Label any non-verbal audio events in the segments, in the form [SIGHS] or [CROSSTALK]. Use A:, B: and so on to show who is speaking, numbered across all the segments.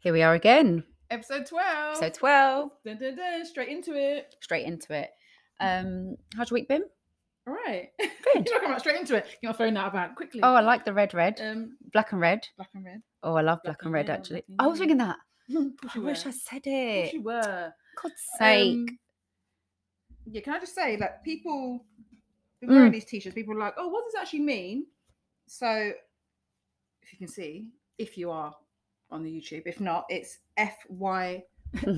A: Here we are again.
B: Episode 12.
A: Episode 12.
B: Dun, dun, dun, straight into it.
A: Straight into it. Um, how's your week been?
B: All right. [LAUGHS]
A: Good.
B: You're talking about straight into it. Get my phone out of hand quickly.
A: Oh, I like the red, red,
B: um,
A: black and red.
B: black and red. [LAUGHS]
A: Oh, I love black,
B: Black
A: and
B: and
A: red,
B: red,
A: actually. I was thinking that. I
B: you
A: wish
B: were.
A: I said
B: Yes,
A: it.
B: you were.
A: God's sake.
B: Um, yeah, can I just say, like, people been
A: Mm.
B: wearing these t-shirts, people are like, oh, what does it actually mean? So, if you can see, if you are on the YouTube, if not, it's F
A: [LAUGHS]
B: Y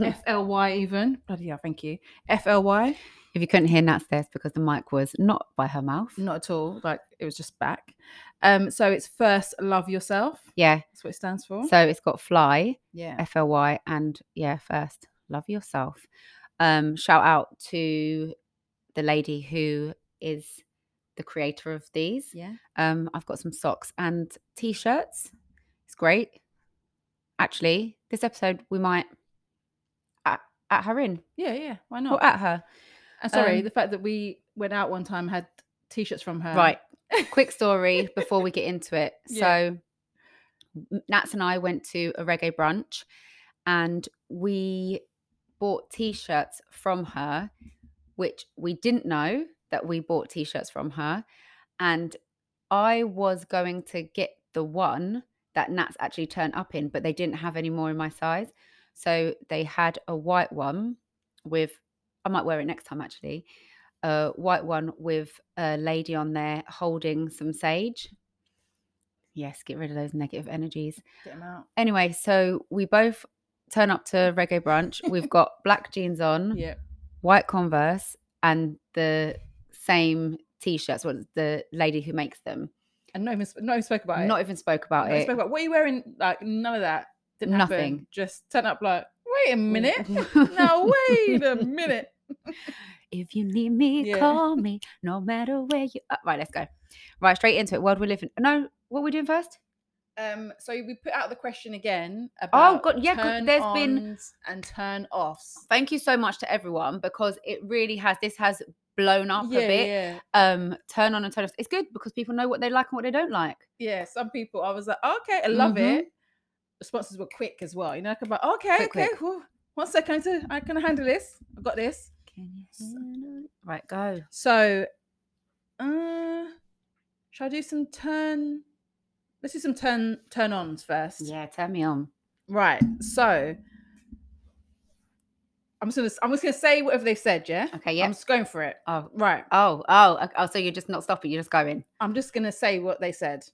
B: F L Y even. Bloody hell, thank you. F L Y.
A: if you couldn't hear Nat's there, it's because the mic was not by her mouth.
B: Not at all. Like it was just back. Um, so it's first love yourself.
A: Yeah.
B: That's what it stands for.
A: So it's got fly,
B: yeah.
A: F L Y, and yeah, first, love yourself. Um, shout out to the lady who is the creator of these.
B: Yeah.
A: Um, I've got some socks and t-shirts. It's great. Actually, this episode we might at, at her in
B: Yeah, yeah. Why not?
A: or at her.
B: and sorry,
A: uh, um,
B: the fact that we went out one time had t-shirts from her. [LAUGHS]
A: right. Quick story before we get into it.
B: Yeah.
A: So Nats and I went to a reggae brunch and we bought t-shirts from her, which we didn't know that we bought t-shirts from her. And I was going to get the one that Nats actually turned up in, but they didn't have any more in my size. So they had a white one with, I might wear it next time actually, a white one with a lady on there holding some sage. Yes, get rid of those negative energies.
B: Get 'em out.
A: Anyway, so we both turn up to reggae brunch.
B: [LAUGHS]
A: We've got black jeans on,
B: Yeah.
A: white Converse, and the same t-shirts. What the lady who makes them?
B: And no, even, no, one spoke about it.
A: Not even spoke about
B: No one
A: it.
B: spoke about what are you wearing? Like none of that. Didn't happen.
A: Nothing.
B: Just turn up. Like wait
A: [LAUGHS]
B: a minute. [LAUGHS] now wait a minute.
A: If you need me,
B: Yeah.
A: call me. No matter where you are. Right, let's go. Right, straight into it. World we live in. No, what are we doing first?
B: Um, so we put out the question again
A: Oh,
B: about
A: God, yeah, 'cause
B: turn
A: there's been-
B: ons and turn offs.
A: Thank you so much to everyone because it really has. This has blown up
B: yeah,
A: a bit.
B: yeah,
A: Um, turn on and turn off. It's good because people know what they like and what they don't like.
B: yeah. Some people, I was like, okay, I love
A: Mhm.
B: it. Responses were quick as well. You know, like about okay,
A: Quick,
B: okay,
A: quick.
B: whew, one second, to, I can handle this. I got this.
A: Can you
B: S-
A: handle it? Right, go.
B: So, uh, shall I do some turn? Let's do some turn turn ons first.
A: Yeah, turn me on.
B: Right. So, I'm just gonna I'm just gonna say whatever they've said. Yeah.
A: Okay, yeah.
B: I'm just going for it.
A: Oh,
B: Right.
A: oh, oh, ok- oh. So you're just not stopping. You're just going.
B: I'm just gonna say what they said.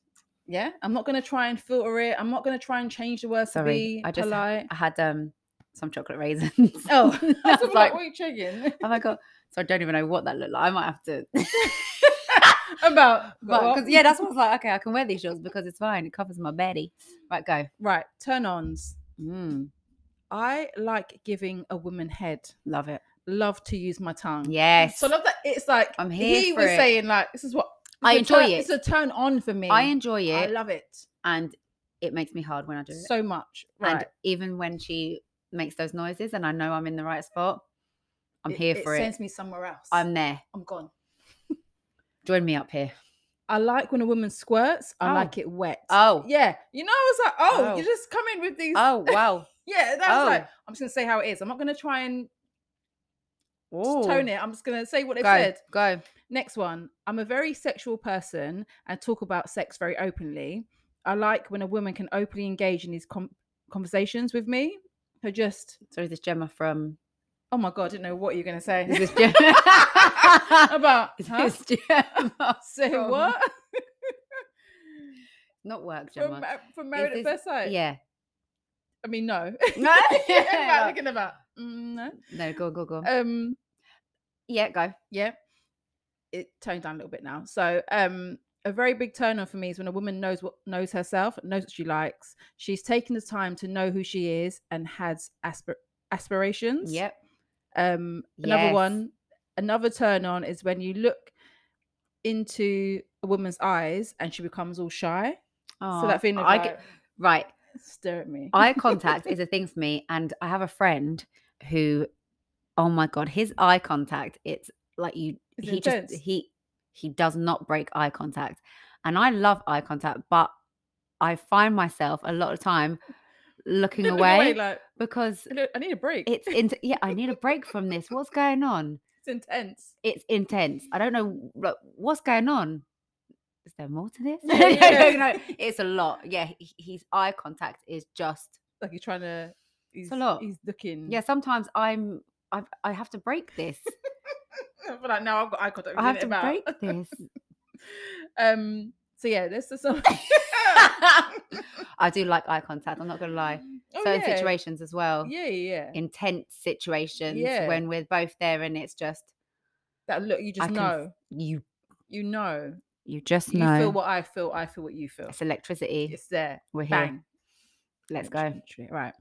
B: Yeah, I'm not gonna try and filter it. I'm not gonna try and change the words
A: Sorry,
B: to be
A: I just-
B: polite.
A: I had um some chocolate raisins. [LAUGHS]
B: Oh,
A: I
B: I
A: was
B: was
A: like-
B: like, what are you
A: [LAUGHS]
B: checking
A: oh my god. So I don't even know what that looked like. I might have [LAUGHS] to.
B: about?
A: But,
B: what?
A: 'cause- yeah, that's what I was like. Okay, I can wear these shorts because it's fine. It covers my belly. Right, go.
B: right. Turn ons.
A: Mm,
B: I like giving a woman head.
A: love it.
B: Love to use my tongue.
A: Yes.
B: So I love that it's like
A: I'm here
B: he
A: for
B: was
A: it.
B: saying like this is what
A: I
B: it's a turn-
A: enjoy
B: It's
A: it.
B: a turn on for me.
A: I enjoy it,
B: I love it
A: and it makes me hard when I do it.
B: so much. Right.
A: And even when she makes those noises, and I know I'm in the right spot, I'm
B: It-
A: here for
B: it.
A: it.
B: Sends me somewhere else.
A: I'm there.
B: I'm gone.
A: Join me up
B: [LAUGHS]
A: here.
B: I like when a woman squirts. I
A: Oh.
B: like it wet.
A: Oh,
B: Yeah, you [LAUGHS] know, I was like, oh,
A: Oh.
B: you just come in with these.
A: oh, wow.
B: yeah, that was like,
A: oh.
B: I'm just gonna say how it is. I'm not gonna try and
A: Ooh.
B: tone it. I'm just gonna say what they
A: Go,
B: said.
A: go.
B: Next one. I'm a very sexual person and talk about sex very openly. I like when a woman can openly engage in these com- conversations with me. Who just,
A: Sorry, this Gemma
B: [LAUGHS]
A: from.
B: oh my god, I didn't know what you're gonna say
A: Is this Gemma?
B: [LAUGHS] about.
A: [LAUGHS] Is
B: Huh?
A: this Gemma? [LAUGHS]
B: Say
A: from-
B: what?
A: Not work,
B: from,
A: Gemma.
B: Ma- from Married
A: this-
B: at First Sight. [LAUGHS]
A: Yeah.
B: I
A: [LAUGHS]
B: mean, no. [LAUGHS]
A: No. [LAUGHS]
B: Everybody looking about. Mm, no.
A: No, go, go, go.
B: Um.
A: yeah, go.
B: yeah it toned down a little bit now so um a very big turn on for me is when a woman knows what knows herself knows what she likes she's taken the time to know who she is and has aspir- aspirations
A: Yep.
B: um another
A: Yes.
B: one another turn on is when you look into a woman's eyes and she becomes all shy so
A: Aw,
B: that feeling of
A: I
B: like,
A: get, right.
B: stare at me [LAUGHS]
A: Eye contact is a thing for me, and I have a friend who, oh my god, his eye contact. It's like you.
B: It's
A: he
B: intense.
A: just he he does not break eye contact, and I love eye contact, but I find myself a lot of time
B: [LAUGHS]
A: looking
B: Looking
A: away,
B: like,
A: because
B: I need- I need a break. [LAUGHS]
A: it's in- yeah, I need a break from this. What's going on?
B: It's intense.
A: It's intense. I don't know like, what's going on. Is there more to this? [LAUGHS]
B: Yeah,
A: No,
B: yeah.
A: no, no, it's a lot. Yeah, he- his eye contact is just
B: Like you're trying to. He's,
A: lot.
B: He's looking. [LAUGHS]
A: yeah. Sometimes I'm I've, I have to break this.
B: but like now I've got eye contact.
A: I
B: with
A: have
B: it
A: to
B: about.
A: break
B: [LAUGHS]
A: this.
B: Um. So yeah, there's
A: [LAUGHS]
B: the song.
A: I do like eye contact. I'm not gonna lie.
B: Oh,
A: Certain
B: yeah.
A: situations as well.
B: Yeah, yeah, yeah.
A: Intense situations
B: Yeah.
A: when we're both there and it's just
B: That look, you just
A: I can f-
B: know.
A: you
B: You know.
A: you just
B: You
A: know
B: feel what I feel. I feel what you feel.
A: it's electricity.
B: It's there.
A: we're here.
B: Bang.
A: Let's go.
B: Literally, literally. Right.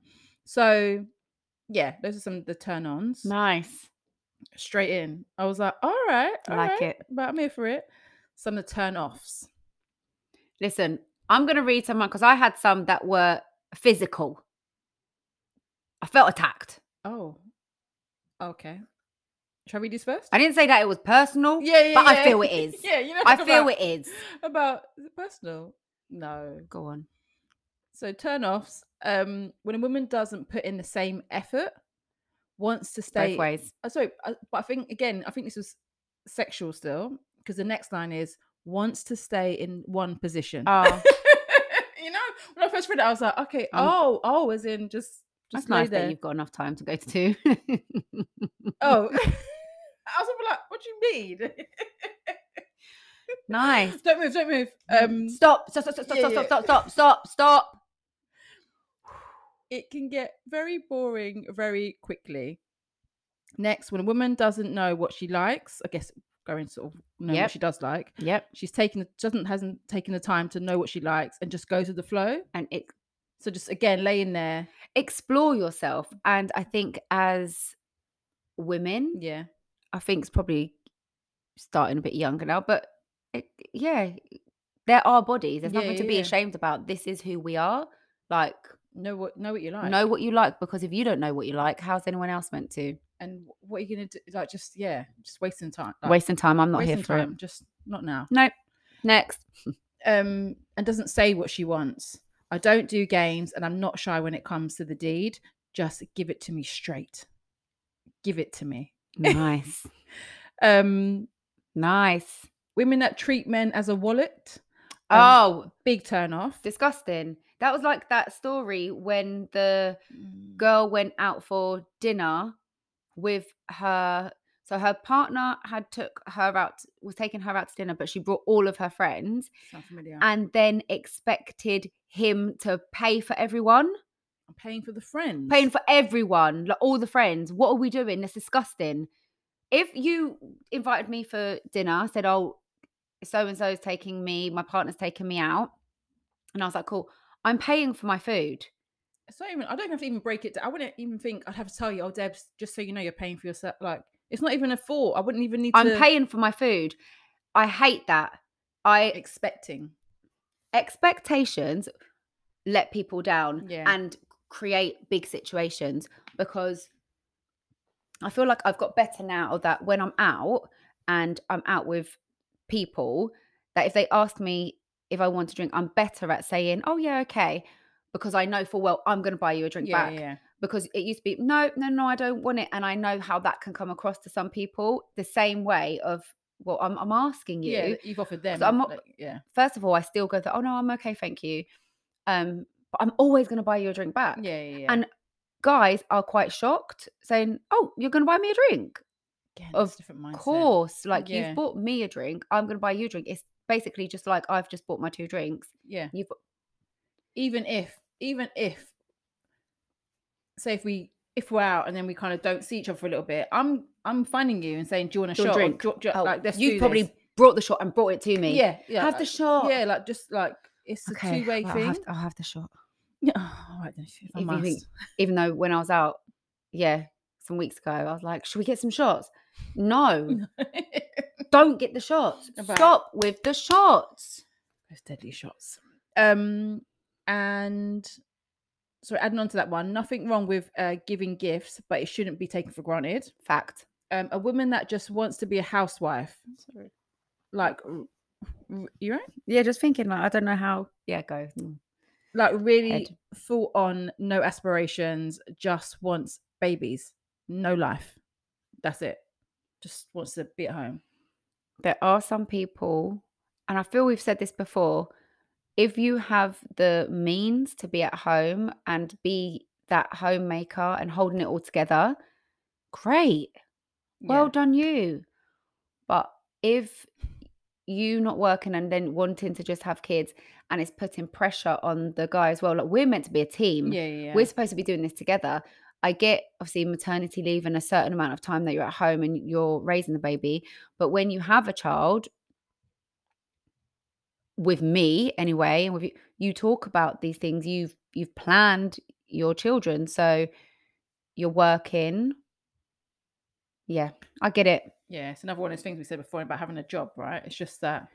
B: So, yeah, those are some of the turn ons.
A: Nice.
B: Straight in. I was like, all right.
A: I like it.
B: But I'm here for it. Some of the turn offs.
A: Listen, I'm gonna read some because I had some that were physical. I felt attacked.
B: Oh. Okay. Shall I read these first?
A: I didn't say that it was personal.
B: yeah, yeah.
A: but I
B: yeah.
A: feel
B: [LAUGHS]
A: it is.
B: yeah, you know.
A: I feel
B: about,
A: it is.
B: About is it personal. No.
A: Go on.
B: So turn offs. Um, when a woman doesn't put in the same effort, wants to stay
A: Both
B: [LAUGHS]
A: ways.
B: Oh, sorry, I, but I think again, I think this was sexual still because the next line is wants to stay in one position.
A: Oh,
B: [LAUGHS] you know, when I first read it, I was like, okay,
A: Um,
B: oh, oh, as in just
A: that's
B: just lay
A: nice
B: there.
A: that you've got enough time to go to [LAUGHS] two. [LAUGHS]
B: Oh, [LAUGHS] I was all like, what do you mean? [LAUGHS]
A: nice.
B: don't move, don't move.
A: Mm.
B: Um,
A: stop, stop, stop, stop,
B: yeah,
A: stop,
B: yeah.
A: stop, stop, stop, stop.
B: it can get very boring very quickly. Next, when a woman doesn't know what she likes, I guess going sort of know
A: Yep.
B: what she does like.
A: Yep.
B: She's taken doesn't hasn't taken the time to know what she likes and just goes with the flow.
A: And it
B: So just again, laying there.
A: explore yourself. And I think as women,
B: Yeah.
A: I think it's probably starting a bit younger now, but it, yeah, there are bodies. There's
B: Yeah,
A: nothing to
B: yeah,
A: be
B: yeah.
A: ashamed about. This is who we are. Like,
B: Know what know what you like.
A: know what you like because if you don't know what you like, how's anyone else meant to?
B: And wh- what are you gonna do? Like just yeah, just wasting time. Like,
A: Wasting time. I'm not here
B: wasting
A: for
B: time.
A: it.
B: Just not now.
A: Nope. [LAUGHS] Next.
B: Um and doesn't say what she wants. I don't do games and I'm not shy when it comes to the deed. Just give it to me straight. Give it to me.
A: Nice.
B: Um
A: nice.
B: women that treat men as a wallet. um,
A: Oh,
B: big turn off.
A: disgusting. That was like that story when the
B: Mm,
A: girl went out for dinner with her so her partner had took her out was taking her out to dinner but she brought all of her friends
B: Sound familiar.
A: and then expected him to pay for everyone
B: I'm paying for the friends.
A: paying for everyone like all the friends what are we doing that's disgusting if you invited me for dinner said oh so and so is taking me my partner's taking me out and i was like cool i'm paying for my food
B: it's not even I don't have to even break it down. I wouldn't even think I'd have to tell you, oh Debs, just so you know you're paying for yourself. Like it's not even a thought. I wouldn't even need
A: i'm
B: to
A: paying for my food i hate that i
B: expecting.
A: expectations let people down
B: Yeah.
A: and create big situations because I feel like I've got better now that when I'm out and I'm out with people, that if they ask me if I want to drink, I'm better at saying, oh, yeah, okay, because I know full well I'm going to buy you a drink
B: yeah,
A: back.
B: yeah.
A: Because it used to be, no, no, no, I don't want it. And I know how that can come across to some people the same way of, well, I'm, I'm asking you
B: Yeah, that you've offered them.
A: I'm not-
B: like, yeah.
A: first of all, I still go that, oh no, I'm okay, thank you. Um, but I'm always gonna buy you a drink back.
B: Yeah, yeah, yeah.
A: And guys are quite shocked, saying, Oh, you're gonna buy me a drink.
B: Again,
A: of
B: it's a different
A: Of
B: mindset.
A: course. Like
B: Yeah.
A: you've bought me a drink, I'm gonna buy you a drink. It's basically just like I've just bought my two drinks.
B: Yeah.
A: You've
B: Even if even if say if we if we're out and then we kind of don't see each other for a little bit, I'm I'm finding you and saying, Do you want a
A: Do you
B: shot?
A: want
B: Or
A: a drink?
B: Do you, do you-
A: oh,
B: like let's
A: you've
B: do
A: probably
B: this."
A: brought the shot and brought it to me.
B: Yeah, yeah.
A: Have the
B: like-
A: shot.
B: Yeah, like just like it's a two way
A: right, I'll
B: thing.
A: have, I'll have the shot.
B: [LAUGHS] Yeah. Oh, all right then, if if I
A: If you
B: must.
A: think- Even though when I was out, yeah, some weeks ago, I was like, should we get some shots? No, don't get the shots.
B: Right.
A: Stop with the shots.
B: [LAUGHS] Those deadly shots. Um, and so adding on to that one, nothing wrong with uh, giving gifts, but it shouldn't be taken for granted.
A: Fact.
B: Um, a woman that just wants to be a housewife, like r- r- you right?
A: Yeah, just thinking like I don't know how. Yeah, go. Mm.
B: like really
A: Head.
B: full on, no aspirations, just wants babies, no life. That's it. Just wants to be at home.
A: there are some people, and I feel we've said this before, if you have the means to be at home and be that homemaker and holding it all together, great. Well done you. But if you not working and then wanting to just have kids and it's putting pressure on the guy as well, like we're meant to be a team.
B: yeah, yeah.
A: We're supposed to be doing this together. I get obviously maternity leave and a certain amount of time that you're at home and you're raising the baby. But when you have a child, with me anyway, and with you, you talk about these things. You've you've planned your children, so you're working. Yeah, I get it.
B: yeah, it's another one of those things we said before about having a job, right? It's just that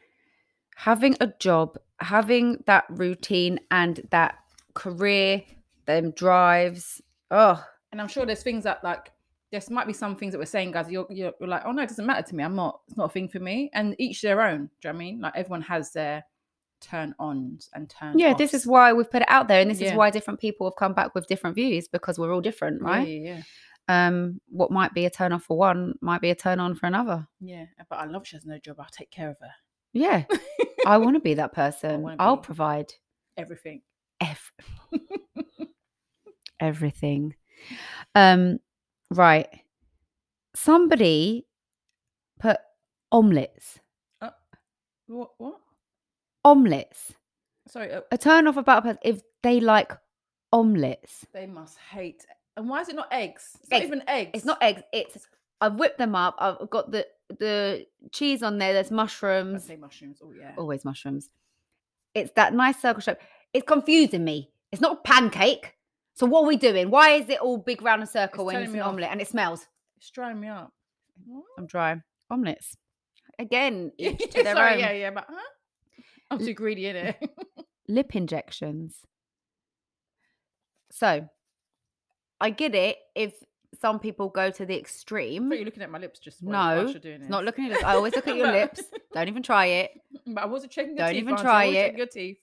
A: having a job, having that routine and that career, them drives. Oh,
B: and I'm sure there's things that like there's might be some things that we're saying, guys. You're, you're you're like, oh no, it doesn't matter to me. I'm not. It's not a thing for me. And each their own. Do you know what I mean? Like everyone has their turn ons and turn.
A: yeah, this is
B: offs.
A: why we've put it out there, and this
B: Yeah.
A: is why different people have come back with different views because we're all different,
B: Yeah,
A: right?
B: Yeah, yeah,
A: Um, what might be a turn off for one might be a turn on for another.
B: yeah. But I love she has no job. I'll take care of her.
A: Yeah, I want to be
B: [LAUGHS]
A: that person.
B: wanna
A: I'll
B: be.
A: provide
B: Everything. [LAUGHS]
A: ev- everything. Um, right. Somebody put omelets.
B: What? What?
A: Omelets.
B: Sorry. Uh,
A: a turn off about a person if they like omelets.
B: they must hate. And why is it not eggs? It's not
A: Eggs.
B: even eggs.
A: It's not eggs. It's I've whipped them up. I've got the the cheese on there. There's
B: I
A: mushrooms.
B: say mushrooms. Oh yeah.
A: Always mushrooms. It's that nice circle shape. It's confusing me. It's not a pancake. So what are we doing? Why is it all big round and circle when
B: turning
A: it's
B: me
A: an
B: off.
A: omelette and it smells?
B: It's drying me up. What? [LAUGHS]
A: I'm dry. Omelets. [LAUGHS] Again, each to
B: Yeah,
A: their
B: Sorry,
A: own. Mm-hmm.
B: yeah, yeah, but huh? I'm too greedy in it. [LAUGHS]
A: lip injections. So I get it if some people go to the extreme.
B: But you're looking at my lips just while-
A: No,
B: whilst you're doing
A: It's not
B: this.
A: looking at your lips. I always look at [LAUGHS] your
B: But-
A: lips. Don't even try it.
B: [LAUGHS] But I wasn't checking your
A: Don't
B: teeth.
A: even
B: auntie,
A: try
B: always
A: it.
B: checking Your teeth.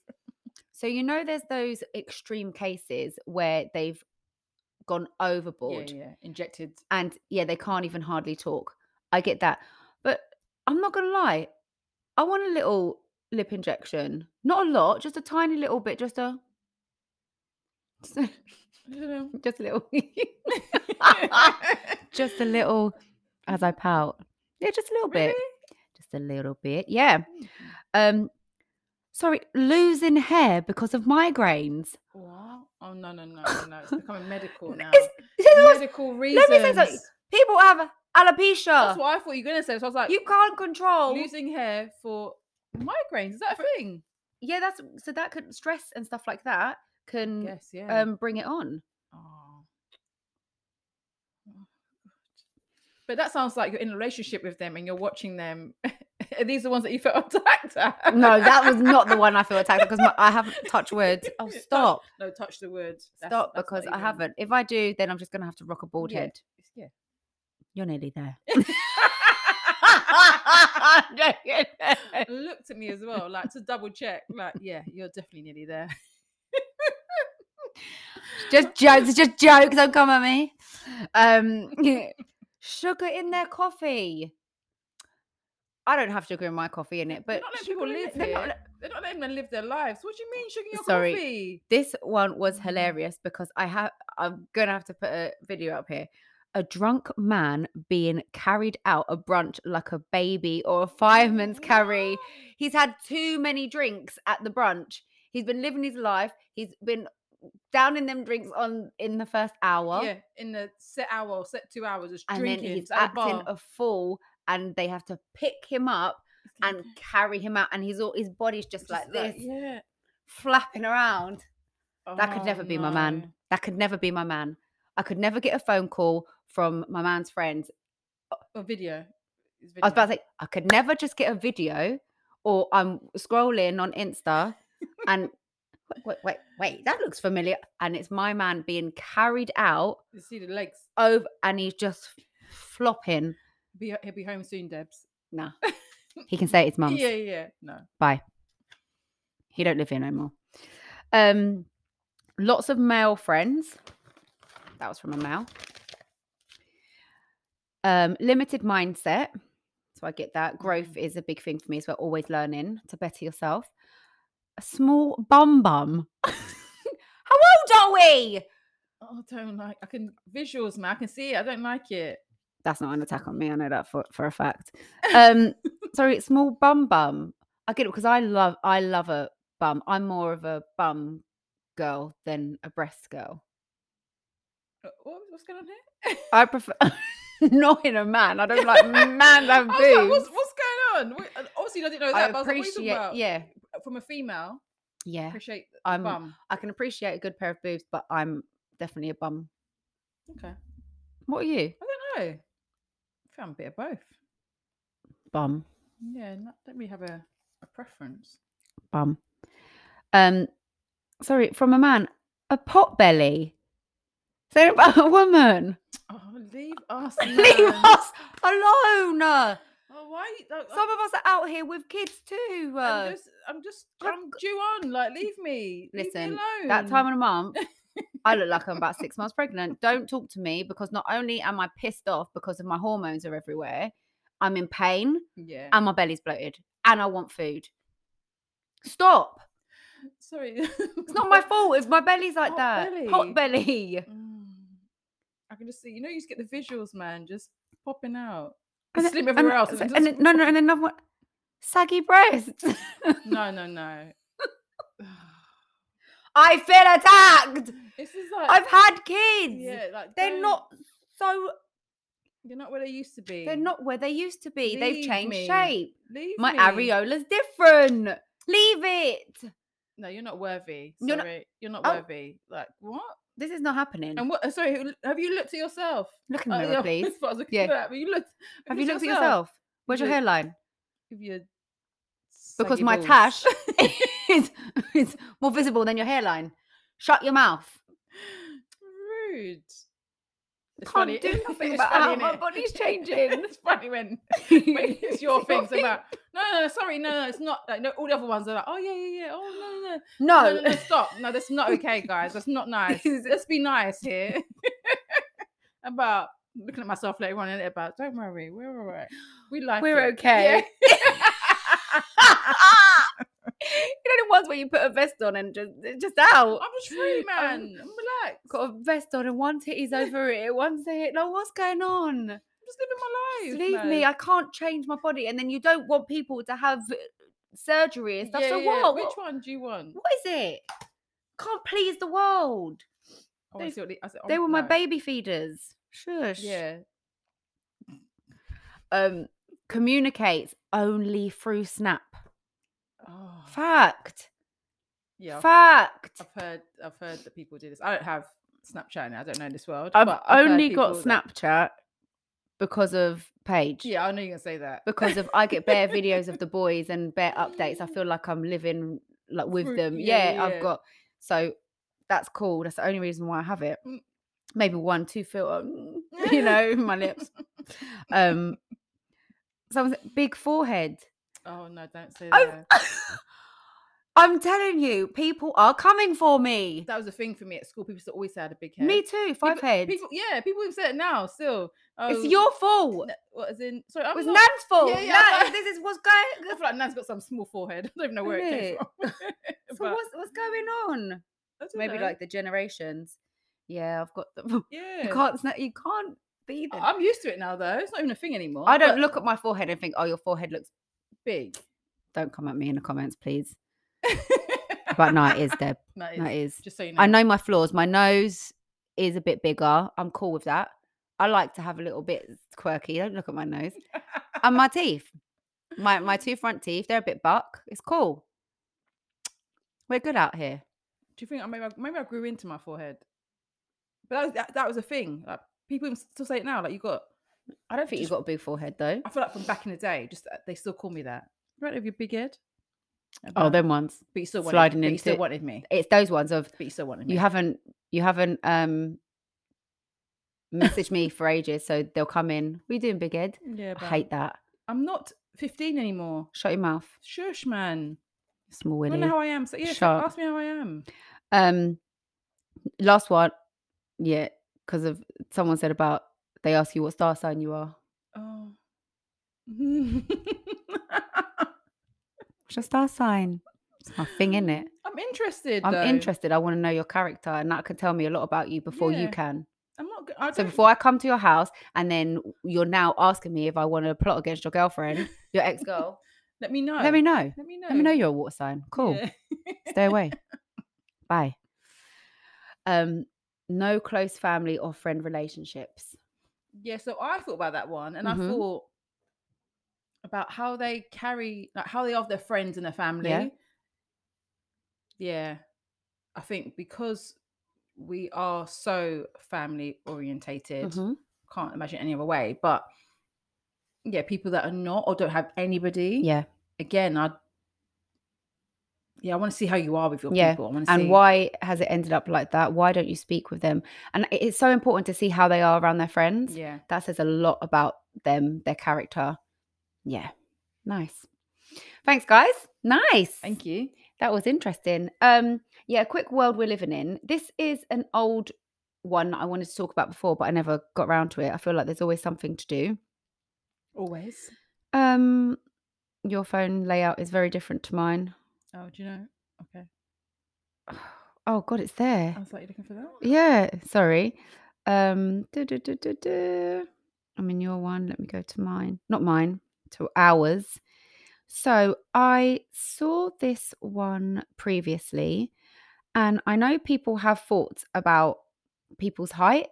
A: So you know there's those extreme cases where they've gone overboard
B: Yeah, yeah. Injected.
A: and yeah, they can't even hardly talk. I get that. But I'm not gonna lie, I want a little lip injection. Not a lot, just a tiny little bit, just a [LAUGHS]
B: I don't know.
A: just a
B: [LAUGHS]
A: little [LAUGHS] [LAUGHS] just a little as I pout. Yeah, just a little bit.
B: Really?
A: Just a little bit. Yeah. Um sorry, losing hair because of migraines.
B: [LAUGHS] What? Oh no, no, no, no, no! It's becoming medical now.
A: It's- this is what-
B: medical
A: me
B: reasons.
A: say something. people have
B: That's
A: alopecia.
B: what I thought you were gonna say. So I was like,
A: Ah. You can't control.
B: losing hair for migraines. Is that a thing?
A: Yeah, that's so that could stress and stuff like that can
B: Yes. Yeah.
A: um bring it on. Ah.
B: Oh. [SIGHS] But that sounds like you're in a relationship with them and you're watching them. [LAUGHS] Are these the ones that you felt [LAUGHS] attacked at?
A: No, that was not the one I feel attacked because I haven't touched wood.
B: [LAUGHS]
A: Oh,
B: Touch-
A: stop,
B: No, touch the word. That's-
A: stop,
B: that's
A: because
B: not
A: I
B: even-
A: haven't. If I do, then I'm just gonna have to rock a bald
B: Yeah.
A: head.
B: It's- Yeah.
A: You're nearly
B: [LAUGHS]
A: there. [LAUGHS]
B: And looked at me as well, like to double check. Like, yeah, you're definitely nearly there. [LAUGHS]
A: just jokes, just jokes. Don't come at me. Um, [LAUGHS] sugar in their coffee. I don't have sugar in my coffee in it, but
B: They're not letting
A: sugar
B: people
A: in
B: live
A: it- they're not
B: here.
A: let-
B: They're not letting them live their lives. What do you mean, sugar in your
A: Sorry.
B: coffee?
A: this one was hilarious because I have. I'm gonna have to put a video up here. A drunk man being carried out a brunch like a baby or a fireman's carry. He's had too many drinks at the brunch. He's been living his life. He's been downing them drinks on in the first hour.
B: Yeah, in the set hour, or set two hours, just
A: and
B: drinking.
A: then he's
B: it's at a
A: acting
B: bar.
A: a fool and they have to pick him up
B: It's like,
A: and carry him out and he's all his body's just,
B: just
A: like this
B: yeah.
A: flapping around that could
B: Oh,
A: never be my man
B: no.
A: that could never be my man i could never get a phone call from my man's friends
B: Or video. It's
A: i was about
B: video.
A: to say i could never just get a video or i'm scrolling on insta
B: [LAUGHS]
A: and "Wait, wait wait wait that looks familiar and it's my man being carried out
B: You see the legs.
A: over and he's just flopping
B: Be, he'll be home soon, Debs.
A: nah he can say it's mum's
B: Yeah, yeah, yeah. No.
A: He don't live here no more. Um, lots of male friends. That was from a male. Um, limited mindset. So I get that. Growth is a big thing for me as well. Always learning to better yourself. A small bum bum. [LAUGHS] How old are we?
B: Oh, I don't like. I can visuals, man. I can see it. I don't like it.
A: That's not an attack on me. I know that for, for a fact.
B: [LAUGHS]
A: Um, sorry, small bum bum. I get it because I love I love a bum. I'm more of a bum girl than a breast girl.
B: Uh, what- what's going on here?
A: I prefer [LAUGHS] not in a man. I don't like man
B: [LAUGHS] I
A: have
B: was like, Oh, what's,
A: boobs.
B: what's going on? What- and Obviously, I didn't know
A: I
B: that. but I was like, what are you talking
A: appreciate,
B: about?
A: yeah,
B: From a female,
A: yeah. Um,
B: appreciate the
A: I'm,
B: bum.
A: I can appreciate a good pair of boobs, but I'm definitely a bum.
B: Okay.
A: What are you?
B: I don't know. I think I'm a bit of both.
A: Bum,
B: Yeah, not, don't really have a, a preference.
A: bum. Um, sorry, from a man, a pot belly. Say about a woman.
B: Oh, leave us.
A: [LAUGHS] Leave
B: alone.
A: us alone.
B: Oh, why? you- oh, oh,
A: Some of us are out here with kids too.
B: I'm
A: uh,
B: just, I'm just,
A: I've
B: I'm due on. Like, leave me. leave
A: Listen,
B: me alone.
A: that time of the month, I look like I'm about six months pregnant. Don't talk to me because not only am I pissed off because of my hormones are everywhere, I'm in pain
B: yeah.
A: and my belly's bloated and I want food. Stop.
B: Sorry. It's
A: It's not
B: [LAUGHS]
A: my fault if my belly's like
B: Hot
A: that. Hot belly.
B: Mm. I can just see. You know, you just get the visuals, man, just popping out.
A: And then-
B: Slim everywhere
A: and-
B: else.
A: And,
B: just
A: then- no, no, and another one. Saggy breasts. [LAUGHS]
B: No, no, no. [SIGHS]
A: I feel
B: [LAUGHS]
A: attacked.
B: this is like
A: I've had kids.
B: yeah, like
A: They're
B: don't-
A: not so
B: They're not where they used to be.
A: they're not where they used to be. They've
B: Leave
A: changed
B: me.
A: shape.
B: Leave
A: My
B: me.
A: areola's different. Leave it.
B: No, you're not worthy. Sorry,
A: You're
B: you're
A: not-
B: not,
A: Oh. Mm.
B: worthy. Like what?
A: This is not happening.
B: And what? Sorry, who- have you looked at yourself?
A: Look in
B: Oh,
A: the mirror,
B: yeah,
A: please.
B: that's what [LAUGHS] I was looking
A: Yeah.
B: at, but you looked,
A: Have you looked at yourself? Where's your
B: Yeah.
A: hairline?
B: If you
A: Because
B: saggy
A: my
B: balls. [LAUGHS]
A: tash is, is more visible than your hairline. Shut your mouth.
B: Rude. It's
A: Can't
B: funny.
A: do nothing
B: [LAUGHS] It's
A: about how
B: funny,
A: my
B: innit?
A: body's
B: [LAUGHS]
A: changing.
B: it's funny
A: [LAUGHS]
B: when when it's your things about no, no, no, sorry, no, no, it's not. Like, no, all the other ones are like, oh yeah, yeah, yeah, oh no, no, no,
A: [LAUGHS] No.
B: no, no, no, stop, no, that's not okay, guys, that's not nice.
A: This [LAUGHS] is-
B: Let's be nice here. [LAUGHS] about looking at myself later on, innit? about don't worry, we're all right,
A: [GASPS]
B: we like
A: We're
B: it."
A: okay.
B: Yeah. [LAUGHS]
A: [LAUGHS] you know the ones where you put a vest on and just it's just out.
B: I'm
A: [LAUGHS]
B: just free,
A: I'm-
B: man. I'm relaxed.
A: Got a vest on and one titty's over it, one titty. No, what's going on?
B: I'm just living my
A: Just
B: life.
A: leave
B: man.
A: me. I can't change my body, and then you don't want people to have uh, surgery and stuff.
B: Yeah,
A: so
B: yeah,
A: what?
B: Which
A: what?
B: one do you want?
A: What is it? Can't please the world.
B: I wanna
A: Those-
B: see what the- I said,
A: They
B: oh,
A: were my
B: no.
A: baby feeders. Shush.
B: Yeah.
A: Um, communicates only through Snap.
B: Oh,
A: Fact.
B: yeah. I've,
A: Fact.
B: I've heard. I've heard that people do this. I don't have Snapchat. Now. I don't know this world.
A: I've
B: but heard
A: only got
B: people that-
A: Snapchat because of Paige.
B: Yeah, I know you're gonna say that.
A: Because of I get bare videos of the boys and bare updates. I feel like I'm living like with
B: Through-
A: them.
B: yeah,
A: Yeah,
B: yeah,
A: I've
B: yeah.
A: got so that's cool. That's the only reason why I have it.
B: Mm.
A: Maybe one, two filter, mm,
B: [LAUGHS]
A: [LAUGHS] you know, my lips. Um someone said, big forehead.
B: [LAUGHS] Oh no, don't say
A: I've-
B: that.
A: I'm telling you, people are coming for me.
B: That was a thing for me at school. People used to always say I had a big head.
A: Me too, five
B: people,
A: heads.
B: People, yeah, people even say it now. Still, oh,
A: it's your fault.
B: n- What is in? Sorry, I'm
A: It was
B: not.
A: Nan's fault.
B: yeah, I'm
A: Nan,
B: like-
A: this is what's going
B: I feel like Nan's got some small forehead. [LAUGHS] I don't even know where it came from. [LAUGHS]
A: So
B: But
A: what's what's going on?
B: I don't
A: Maybe
B: know.
A: like the generations. Yeah, I've got them.
B: yeah.
A: [LAUGHS] You can't sna- you can't be them.
B: I- I'm used to it now, though. It's not even a thing anymore.
A: I don't
B: but
A: look at my forehead and think, oh, your forehead looks.
B: big.
A: Don't come at me in the comments, please. But no, it is Deb.
B: No, it
A: No,
B: is.
A: it [LAUGHS] is.
B: Just so you know.
A: I know my flaws. My nose is a bit bigger. I'm cool with that. I like to have a little bit quirky. Don't look at my nose and my teeth. My my two front teeth, they're a bit buck. It's cool. We're good out here.
B: Do you think I maybe I, maybe I grew into my forehead? But that was, that, that was a thing. Like people even still say it now. Like you got.
A: I don't think you've
B: Just-
A: got a big forehead though.
B: I feel like from back in the day, just uh, they still call me that. Right over your big head.
A: Oh,
B: About-
A: them ones.
B: but you still wanted,
A: sliding
B: but you still
A: into-
B: wanted me.
A: It's those ones of
B: But you still wanted me.
A: you haven't you haven't um messaged me for ages, so they'll come in. What are you doing, big head?
B: Yeah,
A: I
B: but
A: hate that.
B: I'm not 15 anymore.
A: Shut your mouth.
B: Shush, man.
A: Small
B: I
A: Willie.
B: don't know how I am. So yeah, so
A: Sharp.
B: ask me how I am.
A: Um, last one, yeah, because of someone said about they ask you what star sign you are.
B: Oh. [LAUGHS]
A: What's your star sign? It's my thing, in
B: [SIGHS]
A: it?
B: I'm interested.
A: I'm
B: though.
A: interested. I want to know your character, and that could tell me a lot about you before you
B: Yeah.
A: can.
B: I'm not. go- I
A: So
B: don't-
A: before I come to your house, and then you're now asking me if I want to plot against your girlfriend, your ex girl.
B: let me know.
A: Let me know.
B: Let me know. [LAUGHS]
A: Let me know you're a water sign. Cool.
B: Yeah.
A: Stay
B: [LAUGHS]
A: away. Bye. Um, no close family or friend relationships.
B: yeah so i thought about that one and
A: Mhm.
B: i thought about how they carry like how they are with their friends and their family yeah, i think because we are so family orientated
A: Mhm.
B: can't imagine any other way but yeah people that are not or don't have anybody
A: Yeah.
B: again i yeah i want to see how you are with your
A: Yeah,
B: people i want to see
A: and why has it ended up like that why don't you speak with them and it- it's so important to see how they are around their friends
B: [LAUGHS] yeah
A: that says a lot about them their character yeah nice thanks guys nice
B: thank you
A: that was interesting um yeah quick world we're living in this is an old one that i wanted to talk about before but i never got round to it i feel like there's always something to do
B: always
A: um your phone layout is very different to mine
B: oh do you know okay
A: oh god it's there
B: i was like you looking for that
A: Yeah, sorry. Um, duh, duh, duh, duh, duh. I'm in your one. Let me go to mine. Not mine, to ours. So I saw this one previously, and I know people have thoughts about people's height,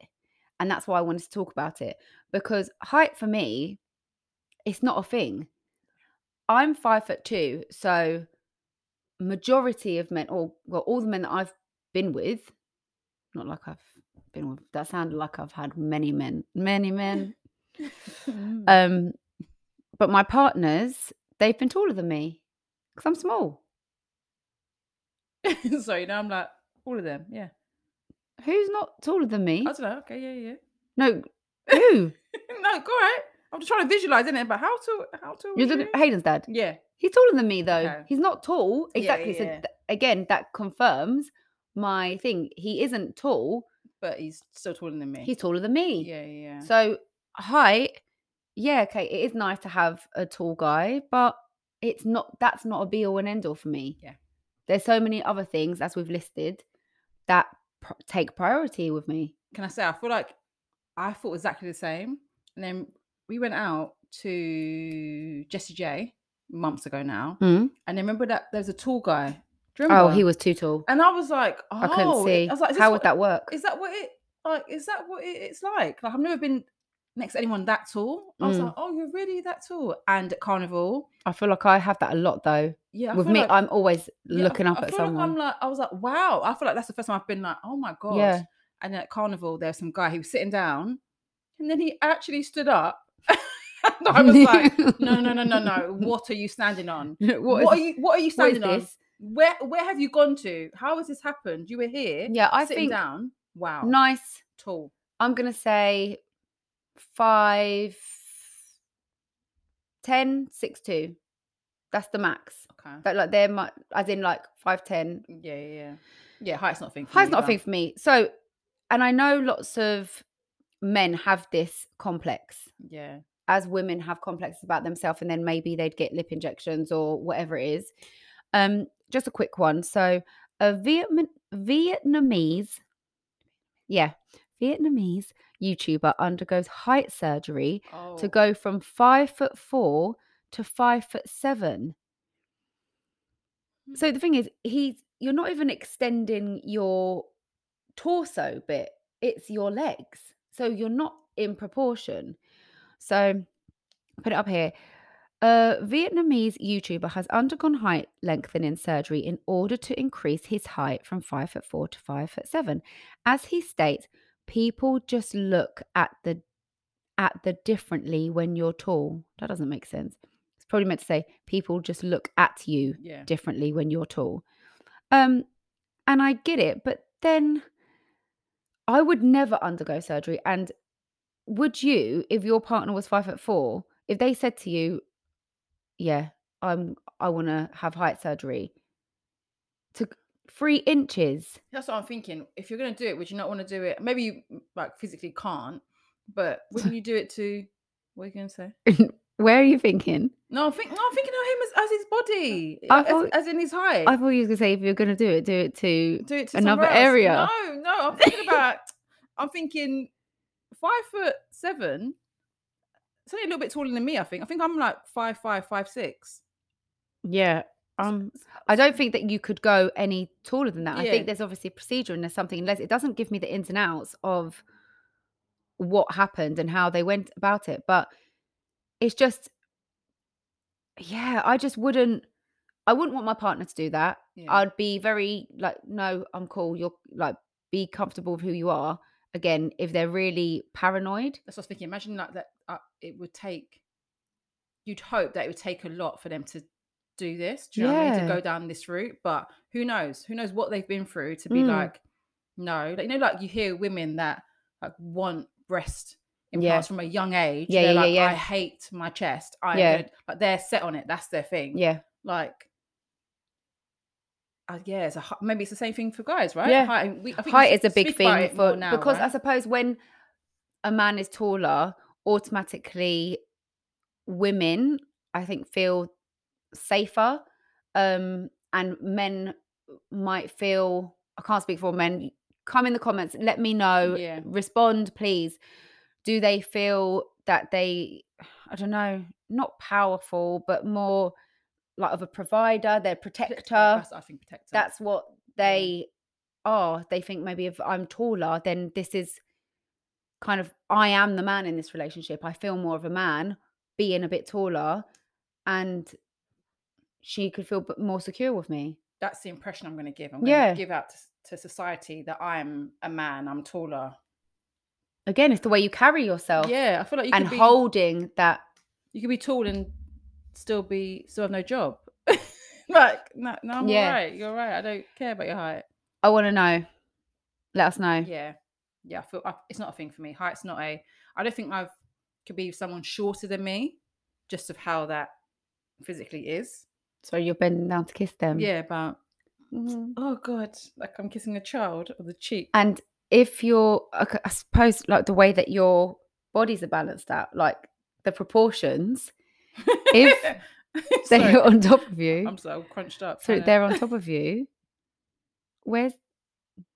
A: and that's why I wanted to talk about it because height for me, it's not a thing. I'm five foot two, so majority of men, or well, all the men that I've been with, not like I've been with that sounded like I've had many men, many men. [LAUGHS]
B: [LAUGHS] Mm.
A: Um, but my partners, they've been taller than me because I'm small.
B: [LAUGHS] Sorry, now I'm like all of them. Yeah,
A: Who's not taller than
B: I
A: me?
B: was like, okay, yeah, yeah. [LAUGHS]
A: No, who?
B: yeah. no, go right. I'm just trying to visualize it, but how to how to?
A: You're looking Hayden's dad.
B: Yeah,
A: He's taller than me though.
B: Okay.
A: He's not tall.
B: Yeah,
A: Exactly. so
B: yeah, yeah.
A: th- again, that confirms my thing. He isn't tall.
B: but he's still taller than me.
A: He's taller than me.
B: yeah, yeah.
A: So height, yeah, okay, it is nice to have a tall guy, but it's not that's not a be all and end all for me.
B: Yeah.
A: There's so many other things as we've listed that pr- take priority with me.
B: Can I say I feel like I thought exactly the same, and then we went out to Jesse J months ago now, and then remember that there's a tall guy. Do
A: Mm.
B: you
A: Hmm, Oh,
B: remember?
A: he was too tall.
B: And I was like, oh,
A: I couldn't see.
B: I was like, is this
A: How
B: what-
A: would that work?
B: is that what it like is that what it, it's like like i've never been next to anyone that tall i was
A: Mm.
B: like oh you're really that tall and at carnival
A: I feel like I have that a lot though.
B: yeah I
A: with
B: feel
A: me,
B: like-
A: I'm always
B: yeah, I
A: looking
B: f-
A: up
B: I
A: at
B: feel like i'm
A: someone.
B: like i was like wow i feel like that's the first time i've been like oh my god
A: Yeah.
B: and then at carnival there's some guy who was sitting down and then he actually stood up [LAUGHS]
A: [LAUGHS]
B: and i was like no no no no no what are you standing on what,
A: what is,
B: are you what are
A: what is
B: you standing on
A: this?
B: where where have you gone to how has this happened you were here
A: Yeah, I
B: sitting
A: think
B: down
A: Oh.
B: wow
A: nice
B: tall
A: I'm gonna say five, ten, six two. That's the max.
B: okay
A: But like they're my, as in like five ten.
B: Yeah, yeah, yeah. Yeah, height's not a thing. for
A: High's
B: me
A: not a
B: either.
A: thing for me. So, and I know lots of men have this complex,
B: Yeah,
A: as women have complexes about themselves, and then maybe they'd get lip injections or whatever it is. Um, just a quick one. So, a Vietnam Vietnamese, yeah, Vietnamese YouTuber undergoes height surgery
B: oh,
A: to go from five foot four to five foot seven. So the thing is, he's you're not even extending your torso bit; it's your legs. So you're not in proportion. So put it up here. A Vietnamese YouTuber has undergone height lengthening surgery in order to increase his height from five foot four to five foot seven. As he states, people just look at the at the differently when you're tall. That doesn't make sense. It's probably meant to say people just look at you
B: yeah.
A: differently when you're tall. Um, and I get it, but then I would never undergo surgery. And would you, if your partner was five foot four, if they said to you, "Yeah, I'm, I want to have height surgery," to three inches. [LAUGHS]
B: That's what I'm thinking. If you're gonna do it, would you not want to do it? Maybe you mm, like physically can't, but
A: [LAUGHS]
B: wouldn't you do it to? What are you gonna say?
A: Where are you thinking?
B: No, I'm thinking. No, I'm thinking of him as, as his body,
A: I
B: as,
A: thought-
B: as in his height.
A: I thought you were gonna say if you're gonna do it, do it to.
B: do it to
A: another
B: somewhere else.
A: area.
B: No, no, I'm
A: [LAUGHS]
B: thinking about. I'm thinking five foot seven. It's only a little bit taller than me. I think. I think I'm like five, five, five, six.
A: Yeah. Um, I don't think that you could go any taller than that. I
B: Yeah.
A: think there's obviously procedure and there's something. Unless it doesn't give me the ins and outs of what happened and how they went about it, but it's just, yeah, I just wouldn't. I wouldn't want my partner to do that.
B: Yeah.
A: I'd be very like, no, I'm cool. You're like, be comfortable with who you are. Again, if they're really paranoid,
B: That's what I was thinking. Imagine like that. Uh, it would take. You'd hope that it would take a lot for them to do this. Do you know what I mean? To
A: Yeah.
B: go down this route, but who knows? Who knows what they've been through to be
A: Mm.
B: like, no, like you know, like you hear women that like want breast
A: Yeah.
B: implants from a young age.
A: Yeah,
B: they're
A: yeah,
B: like,
A: yeah.
B: I hate my chest. I
A: Yeah.
B: yeah. like they're set on it. That's their thing.
A: yeah,
B: Like. Uh, yeah, it's a, hi- maybe it's the same thing for guys, right?
A: Yeah.
B: height, and we- I think we
A: height
B: s-
A: is a big
B: speak about
A: thing
B: it more
A: for because I
B: right?
A: suppose when a man is taller, automatically women I think feel safer, um, and men might feel I can't speak for all men. Come in the comments, let me know.
B: Yeah.
A: Respond, please. Do they feel that they, I don't know, not powerful, but more like of a provider, their protector?
B: That's, I think protector.
A: that's what they are. They think maybe if I'm taller, then this is kind of I am the man in this relationship. I feel more of a man being a bit taller, and she could feel b- more secure with me.
B: that's the impression I'm going to give. I'm going to
A: Yeah.
B: give out to, s- to society that I'm a man, I'm taller.
A: Again, it's the way you carry yourself
B: Yeah, I feel like you
A: and
B: could be,
A: holding that.
B: You could be tall and still be still have no job. [LAUGHS] like no, no, I'm
A: Yeah.
B: all right. You're all right. I don't care about your height.
A: I want to know. Let us know.
B: Yeah, yeah. I feel I, it's not a thing for me. Height's not a. I don't think I've could be someone shorter than me, just of how that physically is.
A: So you're bending down to kiss them.
B: yeah, but
A: Mhm.
B: oh god, like I'm kissing a child on the cheek.
A: And if you're, okay, I suppose, like the way that your bodies are balanced out, like the proportions,
B: [LAUGHS]
A: if [LAUGHS]
B: Sorry,
A: they're on top of you,
B: I'm so crunched up.
A: so
B: I know.
A: they're
B: [LAUGHS]
A: on top of you. Where's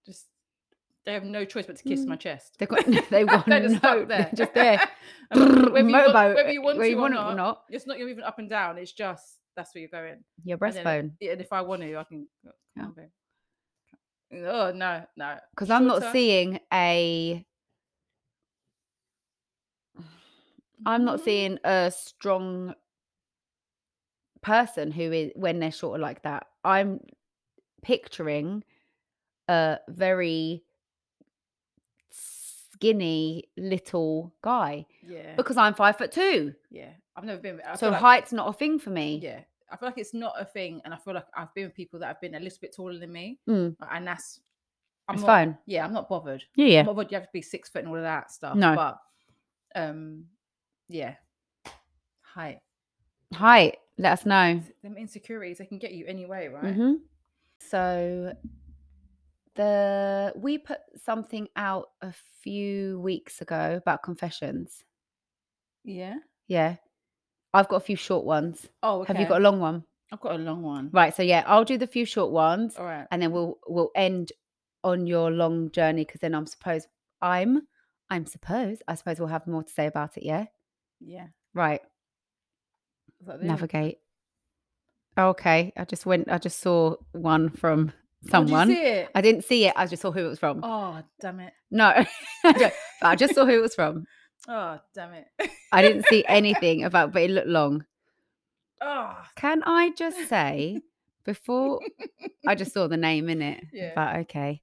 B: just they have no choice but to kiss my chest.
A: Mm.
B: [LAUGHS]
A: they've got? [LAUGHS] They've got
B: They're
A: no.
B: just up
A: they're
B: there.
A: just there.
B: [LAUGHS]
A: [LAUGHS] Brrr,
B: And whether, whether you
A: motorboat,
B: want, whether you want
A: whether
B: to
A: you
B: or,
A: want it
B: not,
A: or not,
B: it's not even up and down. It's just that's where you're going.
A: your
B: And then-
A: breastbone.
B: yeah, and if I want to, I can. oh,
A: Yeah.
B: come on, babe. Oh no, no.
A: Because I'm not
B: Shorter?
A: seeing a. I'm not
B: Mm,
A: seeing a strong person who is when they're shorter like that. I'm picturing a very skinny little guy
B: Yeah,
A: because I'm five foot two.
B: yeah. I've never been. I
A: so
B: feel like-
A: height's not a thing for me.
B: Yeah, I feel like it's not a thing, and I feel like I've been with people that have been a little bit taller than me,
A: Mm.
B: uh, and that's. I'm
A: it's
B: not,
A: fine.
B: Yeah, I'm not bothered.
A: Yeah, yeah.
B: Not bothered. You have to be six foot and all of that stuff.
A: No.
B: but um, yeah, height.
A: Height. Let us know.
B: Th- them insecurities they can get you anyway right
A: hmm So the we put something out a few weeks ago about confessions.
B: yeah
A: Yeah. I've got a few short ones.
B: oh okay.
A: Have you got a long one?
B: i've got a long one
A: Right. So yeah, I'll do the few short ones
B: all right
A: and then we'll we'll end on your long journey because then I'm suppose I'm I'm suppose I suppose we'll have more to say about it, yeah?
B: yeah
A: Right.
B: Is that the end?
A: Navigate. Okay. I just went I just saw one from
B: Oh, did you
A: someone.
B: see it?
A: I didn't see it, I just saw who it was from.
B: [LAUGHS] oh damn it
A: No, [LAUGHS] I don't- but I just saw who it was from.
B: oh damn it [LAUGHS]
A: I didn't see anything about, but it looked long.
B: oh
A: Can I just say before I just saw the name in it,
B: [LAUGHS] Yeah.
A: but okay.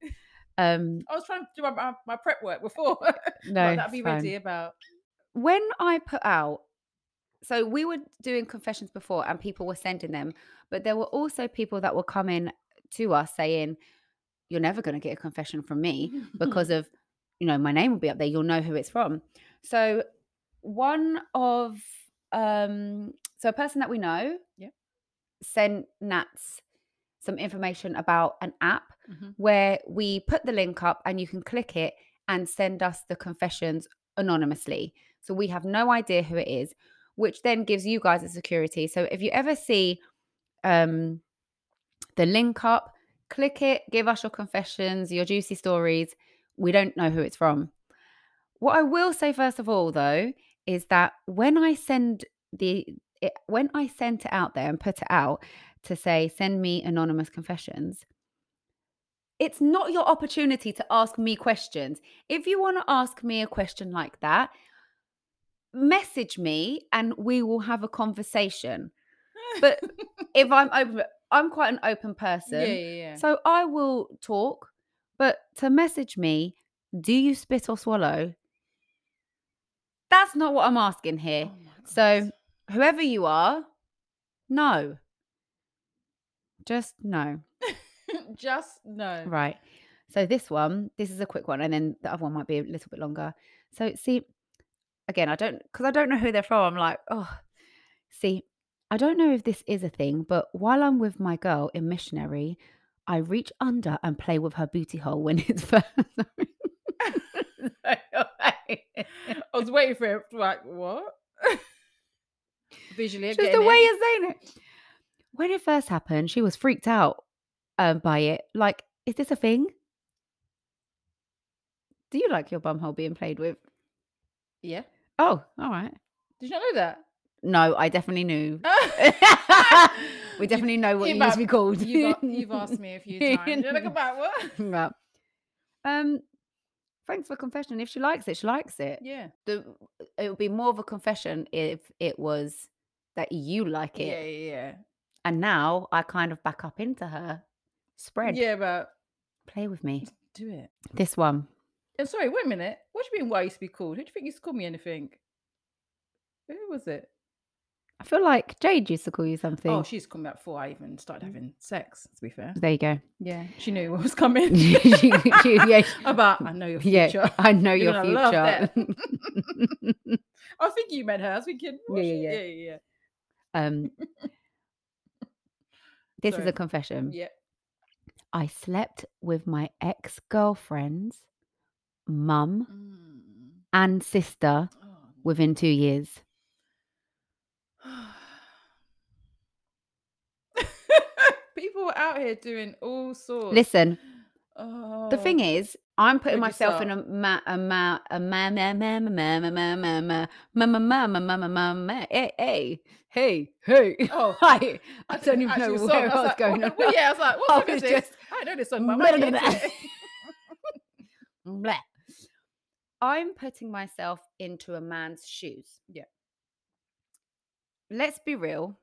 A: Um,
B: i was trying to do my, my, my prep work before [LAUGHS]
A: no,
B: Right, that'd be
A: it's fine.
B: ready about
A: When I put out, so we were doing confessions before and people were sending them, but there were also people that were coming to us saying, You're never going to get a confession from me.
B: [LAUGHS] Mm.
A: because of you know my name will be up there you'll know who it's from so one of um so a person that we know
B: Yep.
A: sent nat's some information about an app
B: Mhm.
A: where we put the link up and you can click it and send us the confessions anonymously. So we have no idea who it is, which then gives you guys the security. So if you ever see um, the link up, click it, give us your confessions, your juicy stories. We don't know who it's from. What I will say first of all, though, is that when I send the it, when I sent it out there and put it out to say send me anonymous confessions, it's not your opportunity to ask me questions. If you want to ask me a question like that, message me and we will have a conversation.
B: [LAUGHS]
A: But if I'm open, I'm quite an open person.
B: yeah, yeah, yeah.
A: So I will talk, but to message me, do you spit or swallow? That's not what I'm asking here.
B: Oh my
A: So
B: God.
A: whoever you are, no. Just no.
B: just no.
A: Right. So this one, this is a quick one, and then the other one might be a little bit longer. So see, again, I don't because I don't know who they're from. I'm like, oh, see, I don't know if this is a thing, but while I'm with my girl in missionary, I reach under and play with her booty hole when [LAUGHS] it's first. [LAUGHS]
B: I was waiting for it. Like what? [LAUGHS] Visually, I'm
A: Just the
B: getting
A: way
B: it.
A: you're saying it. When it first happened, she was freaked out um, by it. Like, is this a thing? Do you like your bumhole being played with?
B: Yeah.
A: Oh, all right.
B: Did you not
A: [LAUGHS]
B: know that?
A: No, I definitely
B: [LAUGHS]
A: knew. we [LAUGHS]
B: You've-
A: Ah, definitely know what
B: you've
A: you used
B: a-
A: to be called.
B: You've,
A: [LAUGHS]
B: a- you've asked me a few times. You're like about what?
A: Right. Um, thanks for confession. If she likes it, she likes it.
B: Yeah.
A: The, it would be more of a confession if it was that you like it.
B: Yeah, yeah,
A: And now I kind of back up into her.
B: yeah.
A: Spread.
B: Yeah, but
A: Play with me.
B: do it.
A: This one.
B: I'm sorry, wait a minute. What do you mean why I used to be called? Who do you think used to call me anything? Who was it?
A: I feel like Jade used to call you something.
B: Oh, she's coming out before I even
A: Mm.
B: started having sex, to be fair.
A: there you go. [LAUGHS]
B: Yeah. She knew what was coming.
A: She- she- yeah,
B: [LAUGHS] About I know your
A: yeah,
B: [LAUGHS] future. [LAUGHS]
A: I know
B: You're
A: your
B: gonna love
A: future.
B: I was thinking you meant her. I was thinking,
A: Yeah,
B: yeah,
A: yeah,
B: yeah,
A: yeah.
B: yeah, yeah,
A: um, this is
B: Sorry.
A: a confession.
B: yeah.
A: I slept with my ex girlfriend's mum
B: Mm.
A: and sister
B: Oh,
A: within two years.
B: [LAUGHS] People are out here doing all sorts.
A: Listen, the thing
B: Oh,
A: is, I'm putting
B: Where'd you
A: myself in a ma a ma a ma ma ma ma ma ma ma ma ma ma ma ma ma ma ma ma hey hey hey hey. [LAUGHS]
B: Oh,
A: Hi. I
B: didn't
A: don't even know
B: actually saw
A: where
B: it.
A: I was
B: like,
A: going
B: "What-
A: on.
B: Well, [LAUGHS] yeah, I was
A: [LAUGHS]
B: like,
A: I
B: what song is
A: was
B: this?
A: just
B: I know this song,
A: [LAUGHS]
B: but I'm
A: blah,
B: not
A: blah,
B: into
A: blah.
B: it."
A: Blech. I'm putting myself into a man's shoes.
B: Yeah.
A: Let's be real.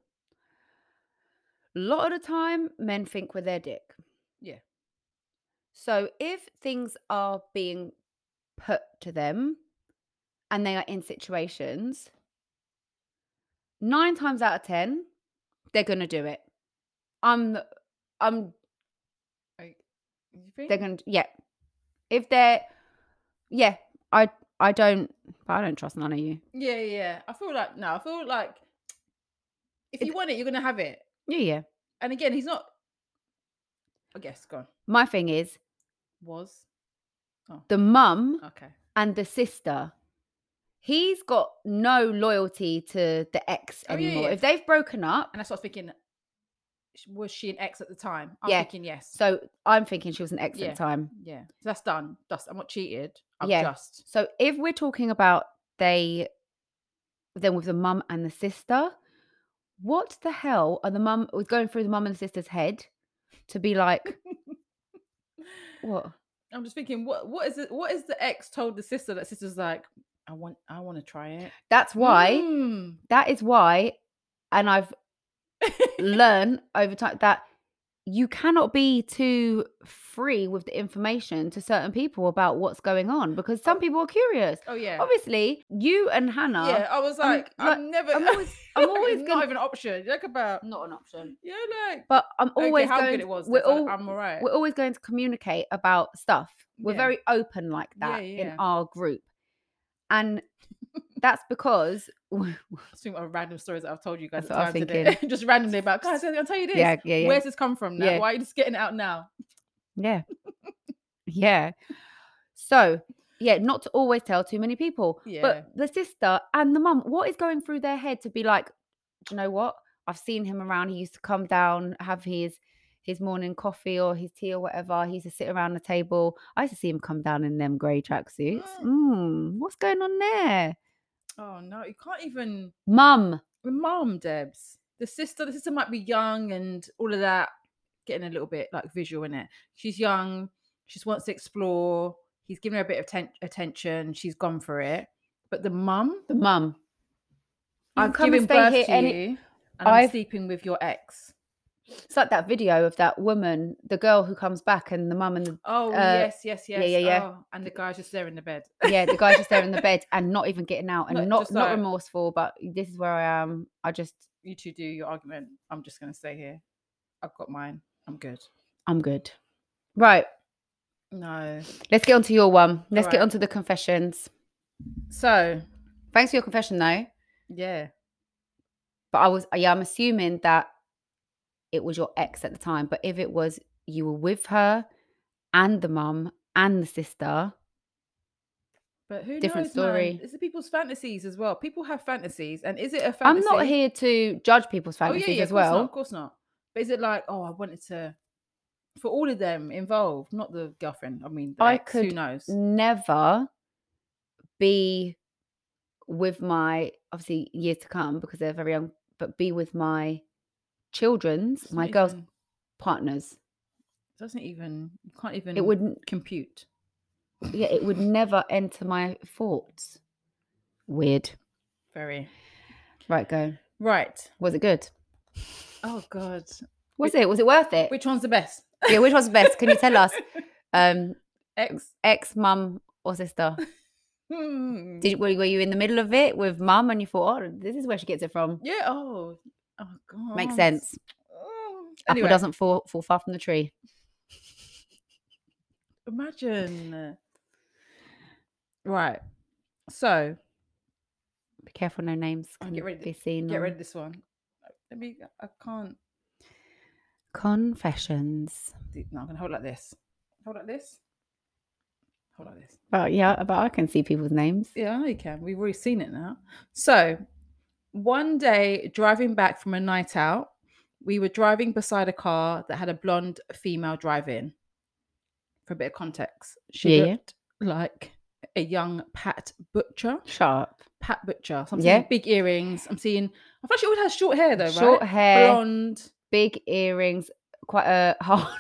A: A lot of the time, men think with their dick.
B: Yeah.
A: So if things are being put to them and they are in situations, nine times out of 10, they're going to do it. I'm, I'm
B: [LAUGHS] Like, you think?
A: they're gonna yeah if they're yeah i i don't but i don't trust none of you
B: Yeah, yeah. I feel like no. I feel like if
A: It-
B: you want it, you're gonna have it.
A: yeah yeah
B: And again, he's not. I guess gone
A: my thing is
B: was
A: the mum
B: okay.
A: and the sister he's got no loyalty to the ex
B: Oh, yeah,
A: anymore
B: yeah.
A: if they've broken up
B: And I started thinking, sh- was she an ex at the time? I'm
A: Yeah.
B: thinking yes.
A: so i'm thinking she was an ex at
B: Yeah.
A: the time
B: yeah, so that's done. That's I'm not cheated. I'm
A: Yeah.
B: just
A: So if we're talking about they, then with the mum and the sister, what the hell are the mum was going through the mum and the sister's head to be
B: [LAUGHS]
A: like, what?
B: I'm just thinking, what what is it? What is the ex told the sister that sister's like, I want, I want to try it.
A: That's why.
B: Mm.
A: That is why, and
B: [LAUGHS]
A: I've learned over time that you cannot be too free with the information to certain people about what's going on because some people are curious.
B: oh yeah,
A: Obviously, you and Hannah,
B: yeah. I was
A: I'm-
B: like, I'm, never.
A: I'm
B: [LAUGHS]
A: always, I'm always
B: it's
A: gonna-
B: not even an option. Like about
A: not an option.
B: yeah, like
A: But I'm
B: okay,
A: always
B: how
A: going.
B: good it was.
A: we're
B: this, I-
A: all
B: I'm alright.
A: we're always going to communicate about stuff. We're
B: Yeah.
A: very open like
B: Yeah,
A: that
B: yeah. [LAUGHS]
A: in our group, and that's because [LAUGHS]
B: Some of random stories that I've told you guys
A: That's what
B: at
A: I'm
B: times today. [LAUGHS] just randomly about guys. I'll tell you this.
A: yeah, yeah, yeah.
B: Where's this come from now?
A: Yeah.
B: Why are you just getting it out now?
A: Yeah. yeah. So, yeah, not to always tell too many people.
B: Yeah.
A: But the sister and the mum, what is going through their head to be like, do you know what? I've seen him around. He used to come down, have his his morning coffee or his tea or whatever. He used to sit around the table. I used to see him come down in them grey tracksuits. Mm, what's going on there?
B: Oh no, you can't even
A: Mum.
B: mom Debs. The sister, the sister might be young and all of that, getting a little bit like visual in it. She's young, she wants to explore. He's giving her a bit of ten- attention. She's gone for it. But the mum,
A: The mum.
B: I've
A: come and
B: given
A: stay
B: birth
A: here
B: to
A: any-
B: you, and i am
A: I've-
B: sleeping with your ex.
A: It's like that video of that woman, the girl who comes back and the mum and the
B: Oh
A: Uh,
B: yes, yes, yes.
A: yeah, yeah, yeah.
B: Oh, and the guy's just there in the bed.
A: yeah, the guy's just there in the bed and not even getting out and
B: Look,
A: not
B: just
A: not
B: like-
A: remorseful, but this is where I am. I just
B: you two do your argument. I'm just gonna stay here. I've got mine. I'm good.
A: I'm good. Right,
B: No.
A: let's get on to your one. Let's get
B: Alright.
A: on to the confessions.
B: So
A: Thanks for your confession though.
B: yeah,
A: But I was yeah, I'm assuming that it was your ex at the time. But if it was you were with her and the mum and the sister,
B: but who
A: Different
B: knows, man?
A: story.
B: It's the people's fantasies as well. People have fantasies, and is it a
A: I'm
B: fantasy?
A: not here to judge people's
B: Oh
A: fantasies
B: yeah, yeah,
A: as
B: of course not,
A: well.
B: of course not. But is it like, oh, I wanted to, for all of them involved, not the girlfriend. I mean, the
A: I
B: ex, Who
A: could
B: knows?
A: never be with my obviously years to come because they're very young, but be with my children's,
B: It's
A: my
B: not
A: girls'
B: even-
A: partners.
B: doesn't even. You can't even.
A: It wouldn't,
B: compute.
A: yeah, it would never enter my thoughts. Weird.
B: Very
A: Right, go.
B: right.
A: Was it good?
B: Oh God.
A: Was it? Was it worth it?
B: Which one's the best?
A: yeah, which was the best? Can you tell
B: [LAUGHS]
A: us? Um,
B: Ex.
A: ex, mum, or sister?
B: Hmm.
A: Did were, were you in the middle of it with mum and you thought, oh, this is where she gets it from?
B: Yeah. Oh. Oh God.
A: Makes sense.
B: Oh.
A: Apple
B: Anyway,
A: doesn't fall fall far from the tree.
B: imagine. Right. So
A: Be careful, no names
B: Oh,
A: can
B: get rid of
A: be
B: it.
A: seen.
B: get
A: on-
B: rid of this one. Let me. I can't.
A: Confessions.
B: do- No, I'm gonna hold like this. Hold like this. Hold like this.
A: Well, yeah, but I can see people's names.
B: Yeah, I know you can. We've already seen it now. So, one day driving back from a night out, we were driving beside a car that had a blonde female driving. For a bit of context, she
A: Yeah.
B: looked like a young Pat Butcher.
A: Sharp.
B: Pat Butcher. So I'm
A: Yeah.
B: seeing big earrings. I'm seeing. I thought she always has short hair though,
A: Short
B: right?
A: hair,
B: Blonde.
A: big earrings, quite a [LAUGHS]
B: [LAUGHS]
A: hard.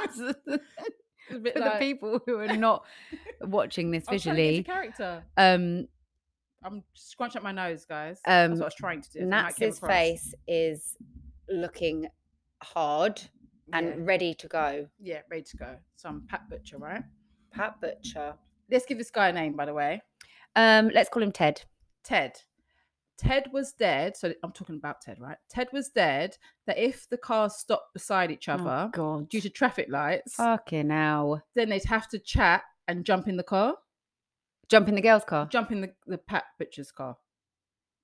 B: A bit
A: For the
B: like,
A: people who
B: [LAUGHS]
A: are not watching this
B: I was trying to get
A: visually,
B: into character.
A: um,
B: I'm scrunching up my nose, guys.
A: Um,
B: That's what I was trying to do. that's how it came
A: Nats's
B: across.
A: face is looking hard and
B: Yeah.
A: ready to go.
B: yeah, ready to go. So I'm Pat Butcher, right?
A: Pat Butcher.
B: Let's give this guy a name, by the way.
A: Um, let's call him Ted.
B: Ted. Ted was dead. So I'm talking about Ted, right? Ted was dead. That if the cars stopped beside each
A: Oh,
B: other
A: God. Oh.
B: due to traffic lights,
A: Fucking hell.
B: then they'd have to chat and jump in the car,
A: Jump in the girls' car.
B: jump in the, the Pat Butcher's car.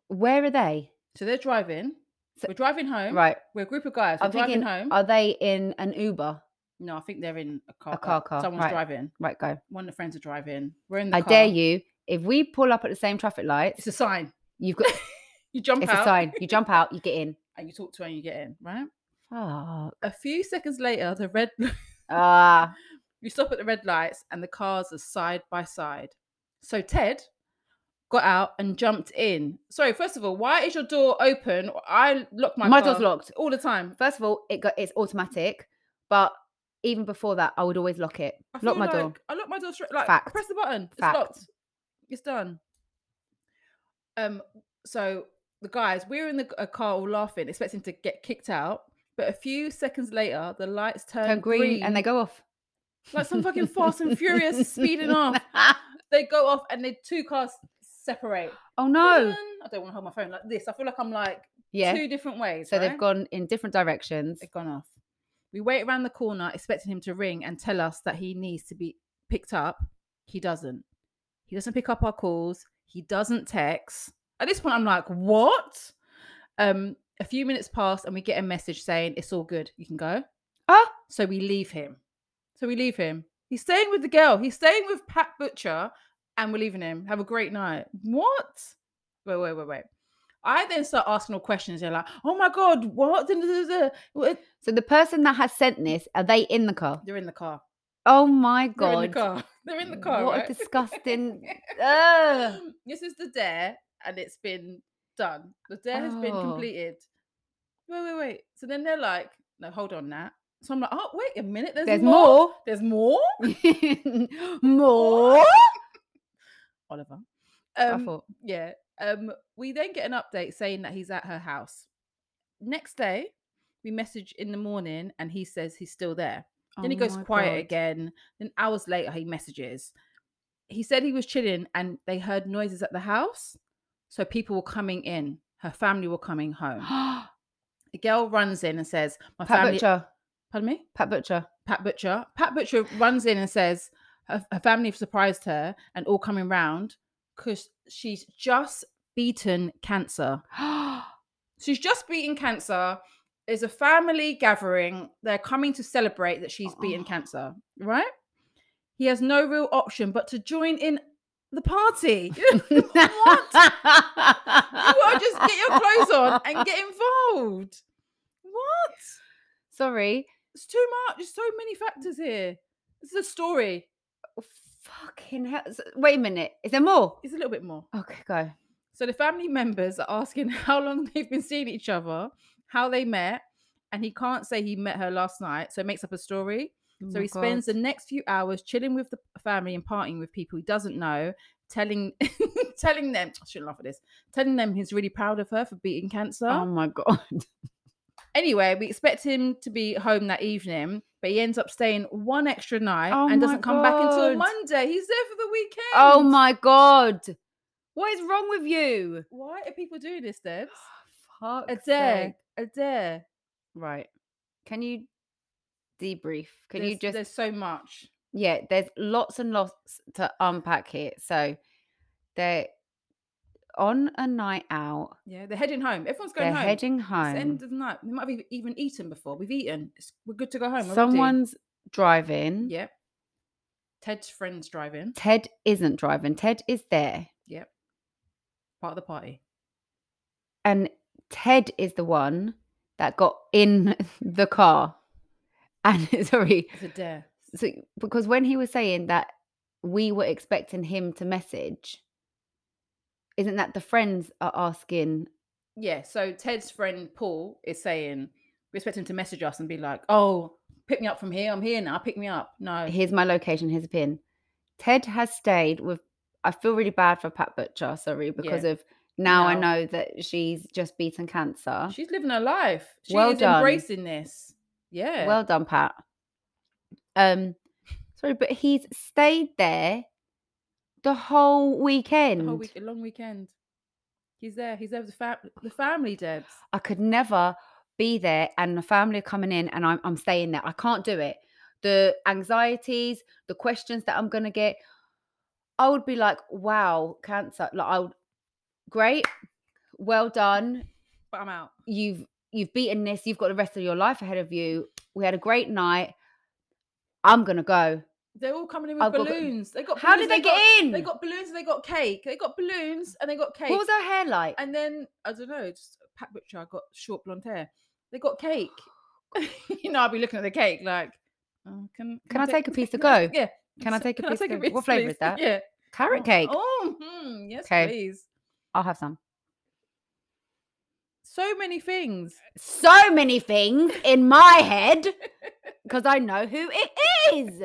A: Where are they?
B: So they're driving.
A: So-
B: we're driving home.
A: Right.
B: We're a group of guys. We're
A: I'm
B: driving
A: thinking,
B: home.
A: are they in an Uber?
B: no, I think they're in a car.
A: A car car,
B: Someone's
A: right.
B: driving.
A: Right, go.
B: One of the friends are driving. We're in the
A: I
B: car.
A: dare you. If we pull up at the same traffic
B: It's
A: lights,
B: a sign.
A: you've
B: [LAUGHS]
A: got
B: You jump
A: it's
B: out
A: a sign. You jump out, you get in.
B: and you talk to her and you get in, right?
A: Fuck.
B: A few seconds later, the red [LAUGHS]
A: Ah,
B: you stop at the red lights and the cars are side by side. So Ted got out and jumped in. Sorry, first of all, why is your door open? I lock my
A: my
B: car
A: door's locked.
B: all the time.
A: First of all, it got it's automatic, but even before that, I would always lock it.
B: I
A: Lock
B: feel
A: my
B: like,
A: door.
B: I lock my door straight. Like
A: Fact.
B: press the button.
A: Fact.
B: It's locked. It's done. Um. So the guys, we're in the a car all laughing, expecting to get kicked out. But a few seconds later, the lights turn,
A: Turn green, and they go
B: [LAUGHS]
A: off.
B: like
A: [LAUGHS]
B: some fucking Fast and Furious speeding off. They go off and the two cars separate.
A: oh no.
B: Dun! I don't want to hold my phone like this. I feel like I'm like
A: Yeah.
B: two different ways.
A: So they've
B: right?
A: gone in different directions.
B: They've gone off. We wait around the corner, expecting him to ring and tell us that he needs to be picked up. He doesn't. He doesn't pick up our calls. He doesn't text. At this point, I'm like, what? Um, a few minutes pass and we get a message saying it's all good. You can go.
A: Ah.
B: So we leave him. So we leave him. He's staying with the girl. He's staying with Pat Butcher, and we're leaving him. Have a great night. What? Wait, wait, wait, wait. I then start asking all questions. They're like, oh my God, what? [LAUGHS] Duh, duh, duh, duh. What?
A: So the person that has
B: Mm.
A: sent this, are they in the car?
B: They're in the car.
A: Oh my
B: They're in
A: god.
B: the car. [LAUGHS] They're in the car.
A: What uh
B: right?
A: a
B: [LAUGHS]
A: disgusting. Ugh.
B: this is the dare, and it's been done. The dare has been
A: Oh.
B: completed. Wait, wait, wait. So then they're like, no, hold on, Nat. So I'm like, oh, wait a minute. There's,
A: There's
B: more.
A: more.
B: There's more. [LAUGHS]
A: more.
B: Oliver.
A: I
B: Um,
A: thought.
B: yeah. Um, we then get an update saying that he's at her house. Next day, we message in the morning, and he says he's still there. Then he
A: Oh
B: goes
A: my
B: quiet
A: God. [GASPS]
B: again. Then hours later, he messages. He said he was chilling and they heard noises at the house. So people were coming in. Her family were coming home.
A: [GASPS]
B: The girl runs in and says, My
A: Pat
B: family.
A: Butcher.
B: Pardon me?
A: Pat
B: [LAUGHS]
A: Butcher. [GASPS]
B: Pat Butcher. Pat Butcher runs in and says, Her, her family have surprised her and all coming round because she's just beaten cancer. She's just beaten cancer. There's a family gathering. They're coming to celebrate that she's beaten
A: Oh.
B: cancer, right? He has no real option but to join in the party. [LAUGHS]
A: [LAUGHS]
B: what? You gotta just get your clothes on and get involved. What?
A: [LAUGHS] Sorry.
B: It's too much. There's so many factors here. This is a story.
A: Fucking hell. S- Wait a minute. Is there more?
B: It's a little bit more.
A: Okay, go.
B: So the family members are asking [LAUGHS] how long they've been seeing each other, how they met, and he can't say he met her last night, so he makes up a story.
A: Oh
B: So
A: my
B: he spends
A: God.
B: the next few hours chilling with the family and partying with people he doesn't know, telling [LAUGHS] telling them I shouldn't laugh at this, telling them he's really proud of her for beating cancer.
A: Oh my [LAUGHS] god.
B: anyway, we expect him to be home that evening, but he ends up staying one extra night
A: Oh
B: and
A: my
B: doesn't come back until
A: God.
B: Monday. He's there for the weekend.
A: Oh my god. What is wrong with
B: [GASPS]
A: you?
B: Why are people doing this,
A: [GASPS]
B: Debs?
A: Fuck.
B: A dare, a dare.
A: Right. Can you debrief? Can you
B: There's-
A: just
B: There's so much.
A: yeah, there's lots and lots to unpack here. So they're on a night out,
B: Yeah, they're heading home. Everyone's going
A: they're
B: home.
A: heading
B: It's the
A: home.
B: end of the night. We might have even- even eaten before. We've eaten. It's, we're good to go home. already.
A: Someone's driving.
B: Yep. Ted's friends driving.
A: Ted isn't driving. Ted is there.
B: Yep. Part of the party.
A: And Ted is the one that got in [LAUGHS] the car. And [LAUGHS] sorry,
B: It's a dare.
A: so because when he was saying that we were expecting him to message, isn't that the friends are asking?
B: Yeah. So Ted's friend Paul is saying we expect him to message us and be like, "Oh, pick me up from here. I'm here now. Pick me up." No.
A: Here's my location. Here's a pin. Ted has stayed with. I feel really bad for Pat Butcher. Sorry, because of now I
B: No.
A: know that she's just beaten cancer.
B: She's living her life. She
A: Well
B: is
A: done.
B: embracing this. Yeah.
A: Well done, Pat. Um, sorry, but he's stayed there the whole
B: the
A: weekend.
B: whole week, a long weekend. He's there. He's there with the, fam- the family, Debs.
A: I could never be there and the family are coming in and I'm, I'm staying there. I can't do it. The anxieties, the questions that I'm going to get, I would be like, wow, cancer. Like, I would, great. Well done.
B: But I'm out.
A: You've, you've beaten this. You've got the rest of your life ahead of you. We had a great night. I'm going to go.
B: They're all coming in with
A: I've got-
B: balloons. They got.
A: How
B: balloons,
A: did they, get
B: got,
A: in?
B: They got balloons. and They got cake. They got balloons and they got cake.
A: what was her hair like?
B: And then I don't know, just Pat Butcher got short blonde hair. They got cake. [LAUGHS] you know, I'll be looking at the cake like, oh, can
A: Can I take a piece to
B: can I-
A: go?
B: Yeah.
A: Can
B: [LAUGHS]
A: I
B: so-
A: take a piece? of- what
B: piece,
A: flavor is
B: please?"
A: that?
B: [LAUGHS] Yeah.
A: Carrot
B: Oh,
A: cake.
B: Oh, mm, yes,
A: 'Kay.
B: please.
A: I'll have some.
B: So many things.
A: So many things in my head because I know who it is.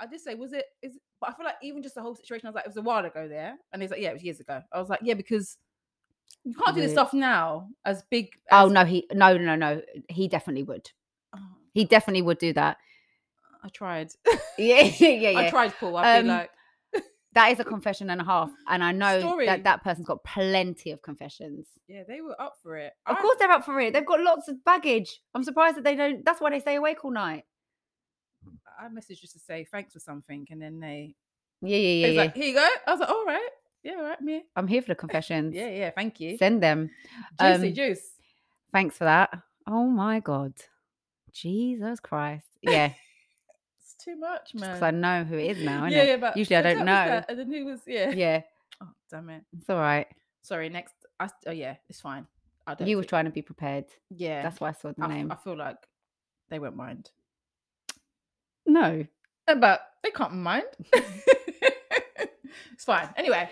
B: I did say, was it? Is but I feel like even just the whole situation. I was like, it was a while ago there, and he's like, yeah, it was years ago. I was like, yeah, because you can't do this
A: Rude.
B: stuff now as big.
A: Oh
B: as-
A: no, he no no no. He definitely would.
B: Oh,
A: He definitely would do that.
B: I tried.
A: [LAUGHS] Yeah yeah yeah.
B: I
A: yeah.
B: tried, Paul. I'd
A: Um,
B: be like,
A: That is a confession and a half, and I know
B: Story.
A: that that person's got plenty of confessions.
B: yeah, they were up for it.
A: Of
B: I-
A: course, they're up for it. They've got lots of baggage. I'm surprised that they don't. That's why they stay awake all night.
B: I messaged just to say thanks for something, and then they
A: Yeah yeah yeah.
B: He's
A: yeah.
B: like, here you go. I was like, all right. Yeah, all right, me.
A: I'm here for the confessions.
B: Yeah, yeah. Thank you.
A: Send them.
B: Juicy
A: um,
B: juice.
A: Thanks for that. Oh my God. Jesus Christ. Yeah.
B: [LAUGHS] It's too much,
A: Just
B: man.
A: because I know who it is now.
B: yeah,
A: innit?
B: yeah, but
A: usually I
B: so
A: don't
B: that was
A: know.
B: that, And then who was yeah.
A: Yeah.
B: Oh damn it.
A: It's all right.
B: Sorry. Next. I, oh yeah, it's fine. I don't.
A: You were
B: think-
A: trying to be prepared.
B: Yeah.
A: That's why I saw the
B: I, f-
A: name.
B: I feel like they won't mind,
A: no.
B: Uh, but they
A: [LAUGHS]
B: can't mind. [LAUGHS] it's fine. Anyway,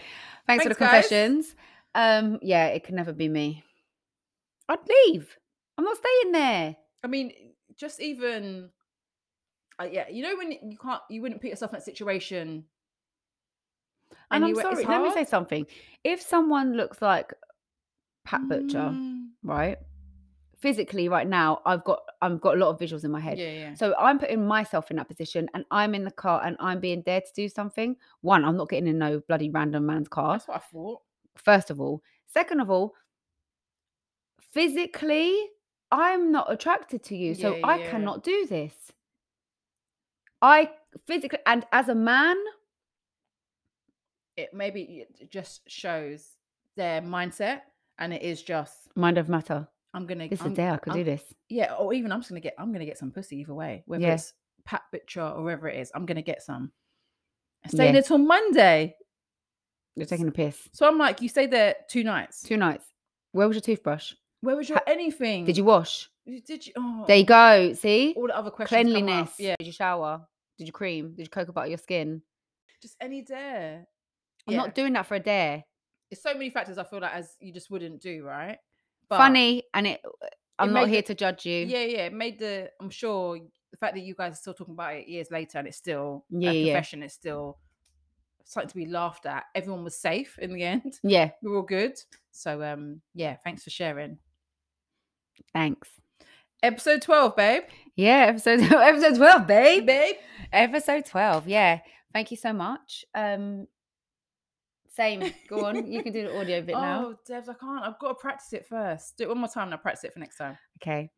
A: Thanks, for the
B: Thanks, guys.
A: confessions. Um, yeah, it could never be me. I'd leave. I'm not staying there.
B: I mean, just even. Uh, yeah, you know when you can't, you wouldn't put yourself in that situation.
A: And
B: you were-
A: I'm
B: it's
A: sorry. Let me say
B: hard.
A: something. If someone looks like Pat Butcher,
B: Mm,
A: right? Physically, right now, I've got I've got a lot of visuals in my head.
B: Yeah, yeah.
A: So I'm putting myself in that position, and I'm in the car, and I'm being dared to do something. One, I'm not getting in no bloody random man's car.
B: That's what I thought.
A: first of all. Second of all, physically, I'm not attracted to you. So
B: Yeah,
A: I
B: yeah.
A: cannot do this. I physically, and as a man,
B: It maybe it just shows their mindset, and it is just
A: mind of matter.
B: I'm gonna.
A: This is
B: I'm-
A: the day I could
B: I'm-
A: do this.
B: Yeah, or even I'm just gonna get. I'm gonna get some pussy either way, whether
A: Yeah.
B: it's Pat Butcher or wherever it is. I'm gonna get some. I stay
A: Yeah.
B: there till Monday.
A: You're taking a piss.
B: So I'm like, you stay there two nights.
A: Two nights. Where was your toothbrush?
B: Where was your anything?
A: Did you wash?
B: You- Did you? Mm. Oh,
A: There you go. See?
B: all the other questions. come up.
A: Cleanliness.
B: Yeah,
A: Did you shower? Did you cream? Did you cocoa butter your skin?
B: just any dare.
A: I'm not doing that for a dare.
B: It's so many factors. I feel like as you just wouldn't do right. But
A: Funny, and it. uh, I'm not
B: made
A: here
B: the-
A: to judge you.
B: Yeah, yeah. It made the. I'm sure the fact that you guys are still talking about it years later and it's still
A: Yeah, yeah,
B: a
A: yeah.
B: confession. It's still something to be laughed at. Everyone was safe in the [LAUGHS] end.
A: yeah.
B: We were all good. So um, yeah. Thanks for sharing.
A: Thanks.
B: Episode twelve, babe.
A: Yeah, episode [LAUGHS] episode twelve, babe.
B: babe.
A: Episode twelve. Yeah. Thank you so much. Um, same. Go on. You can do the audio [LAUGHS] bit
B: oh,
A: now.
B: Devs, I can't. I've got to practice it first. Do it one more time and I'll practice it for next time.
A: Okay.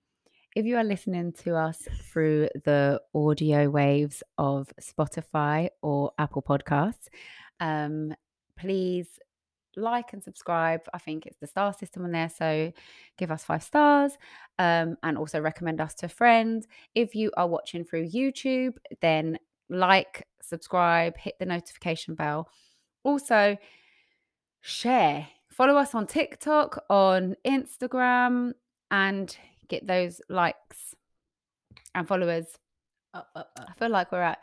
A: If you are listening to us through the audio waves of Spotify or Apple Podcasts, um, please like and subscribe. I think it's the star system on there. So give us five stars um, and also recommend us to a friend. If you are watching through YouTube, then like, subscribe, hit the notification bell. Also, share. Follow us on TikTok, on Instagram, and get those likes and followers. Uh,
B: Up, up, up.
A: I feel like we're at.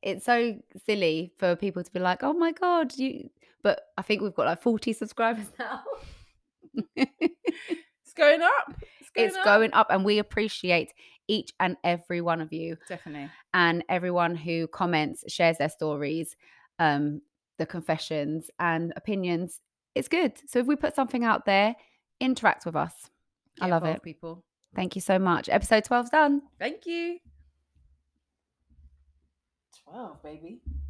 A: It's so silly for people to be like, "Oh my god, you!" But I think we've got like forty subscribers [LAUGHS] now.
B: It's going up. It's going
A: it's
B: up.
A: going up, and we appreciate each and every one of you,
B: Definitely.
A: and everyone who comments, shares their stories, um, the confessions and opinions. It's good. So if we put something out there, interact with us. I
B: Get
A: love
B: involved,
A: it.
B: people.
A: Thank you so much. Episode 12's done.
B: Thank you. 12, baby.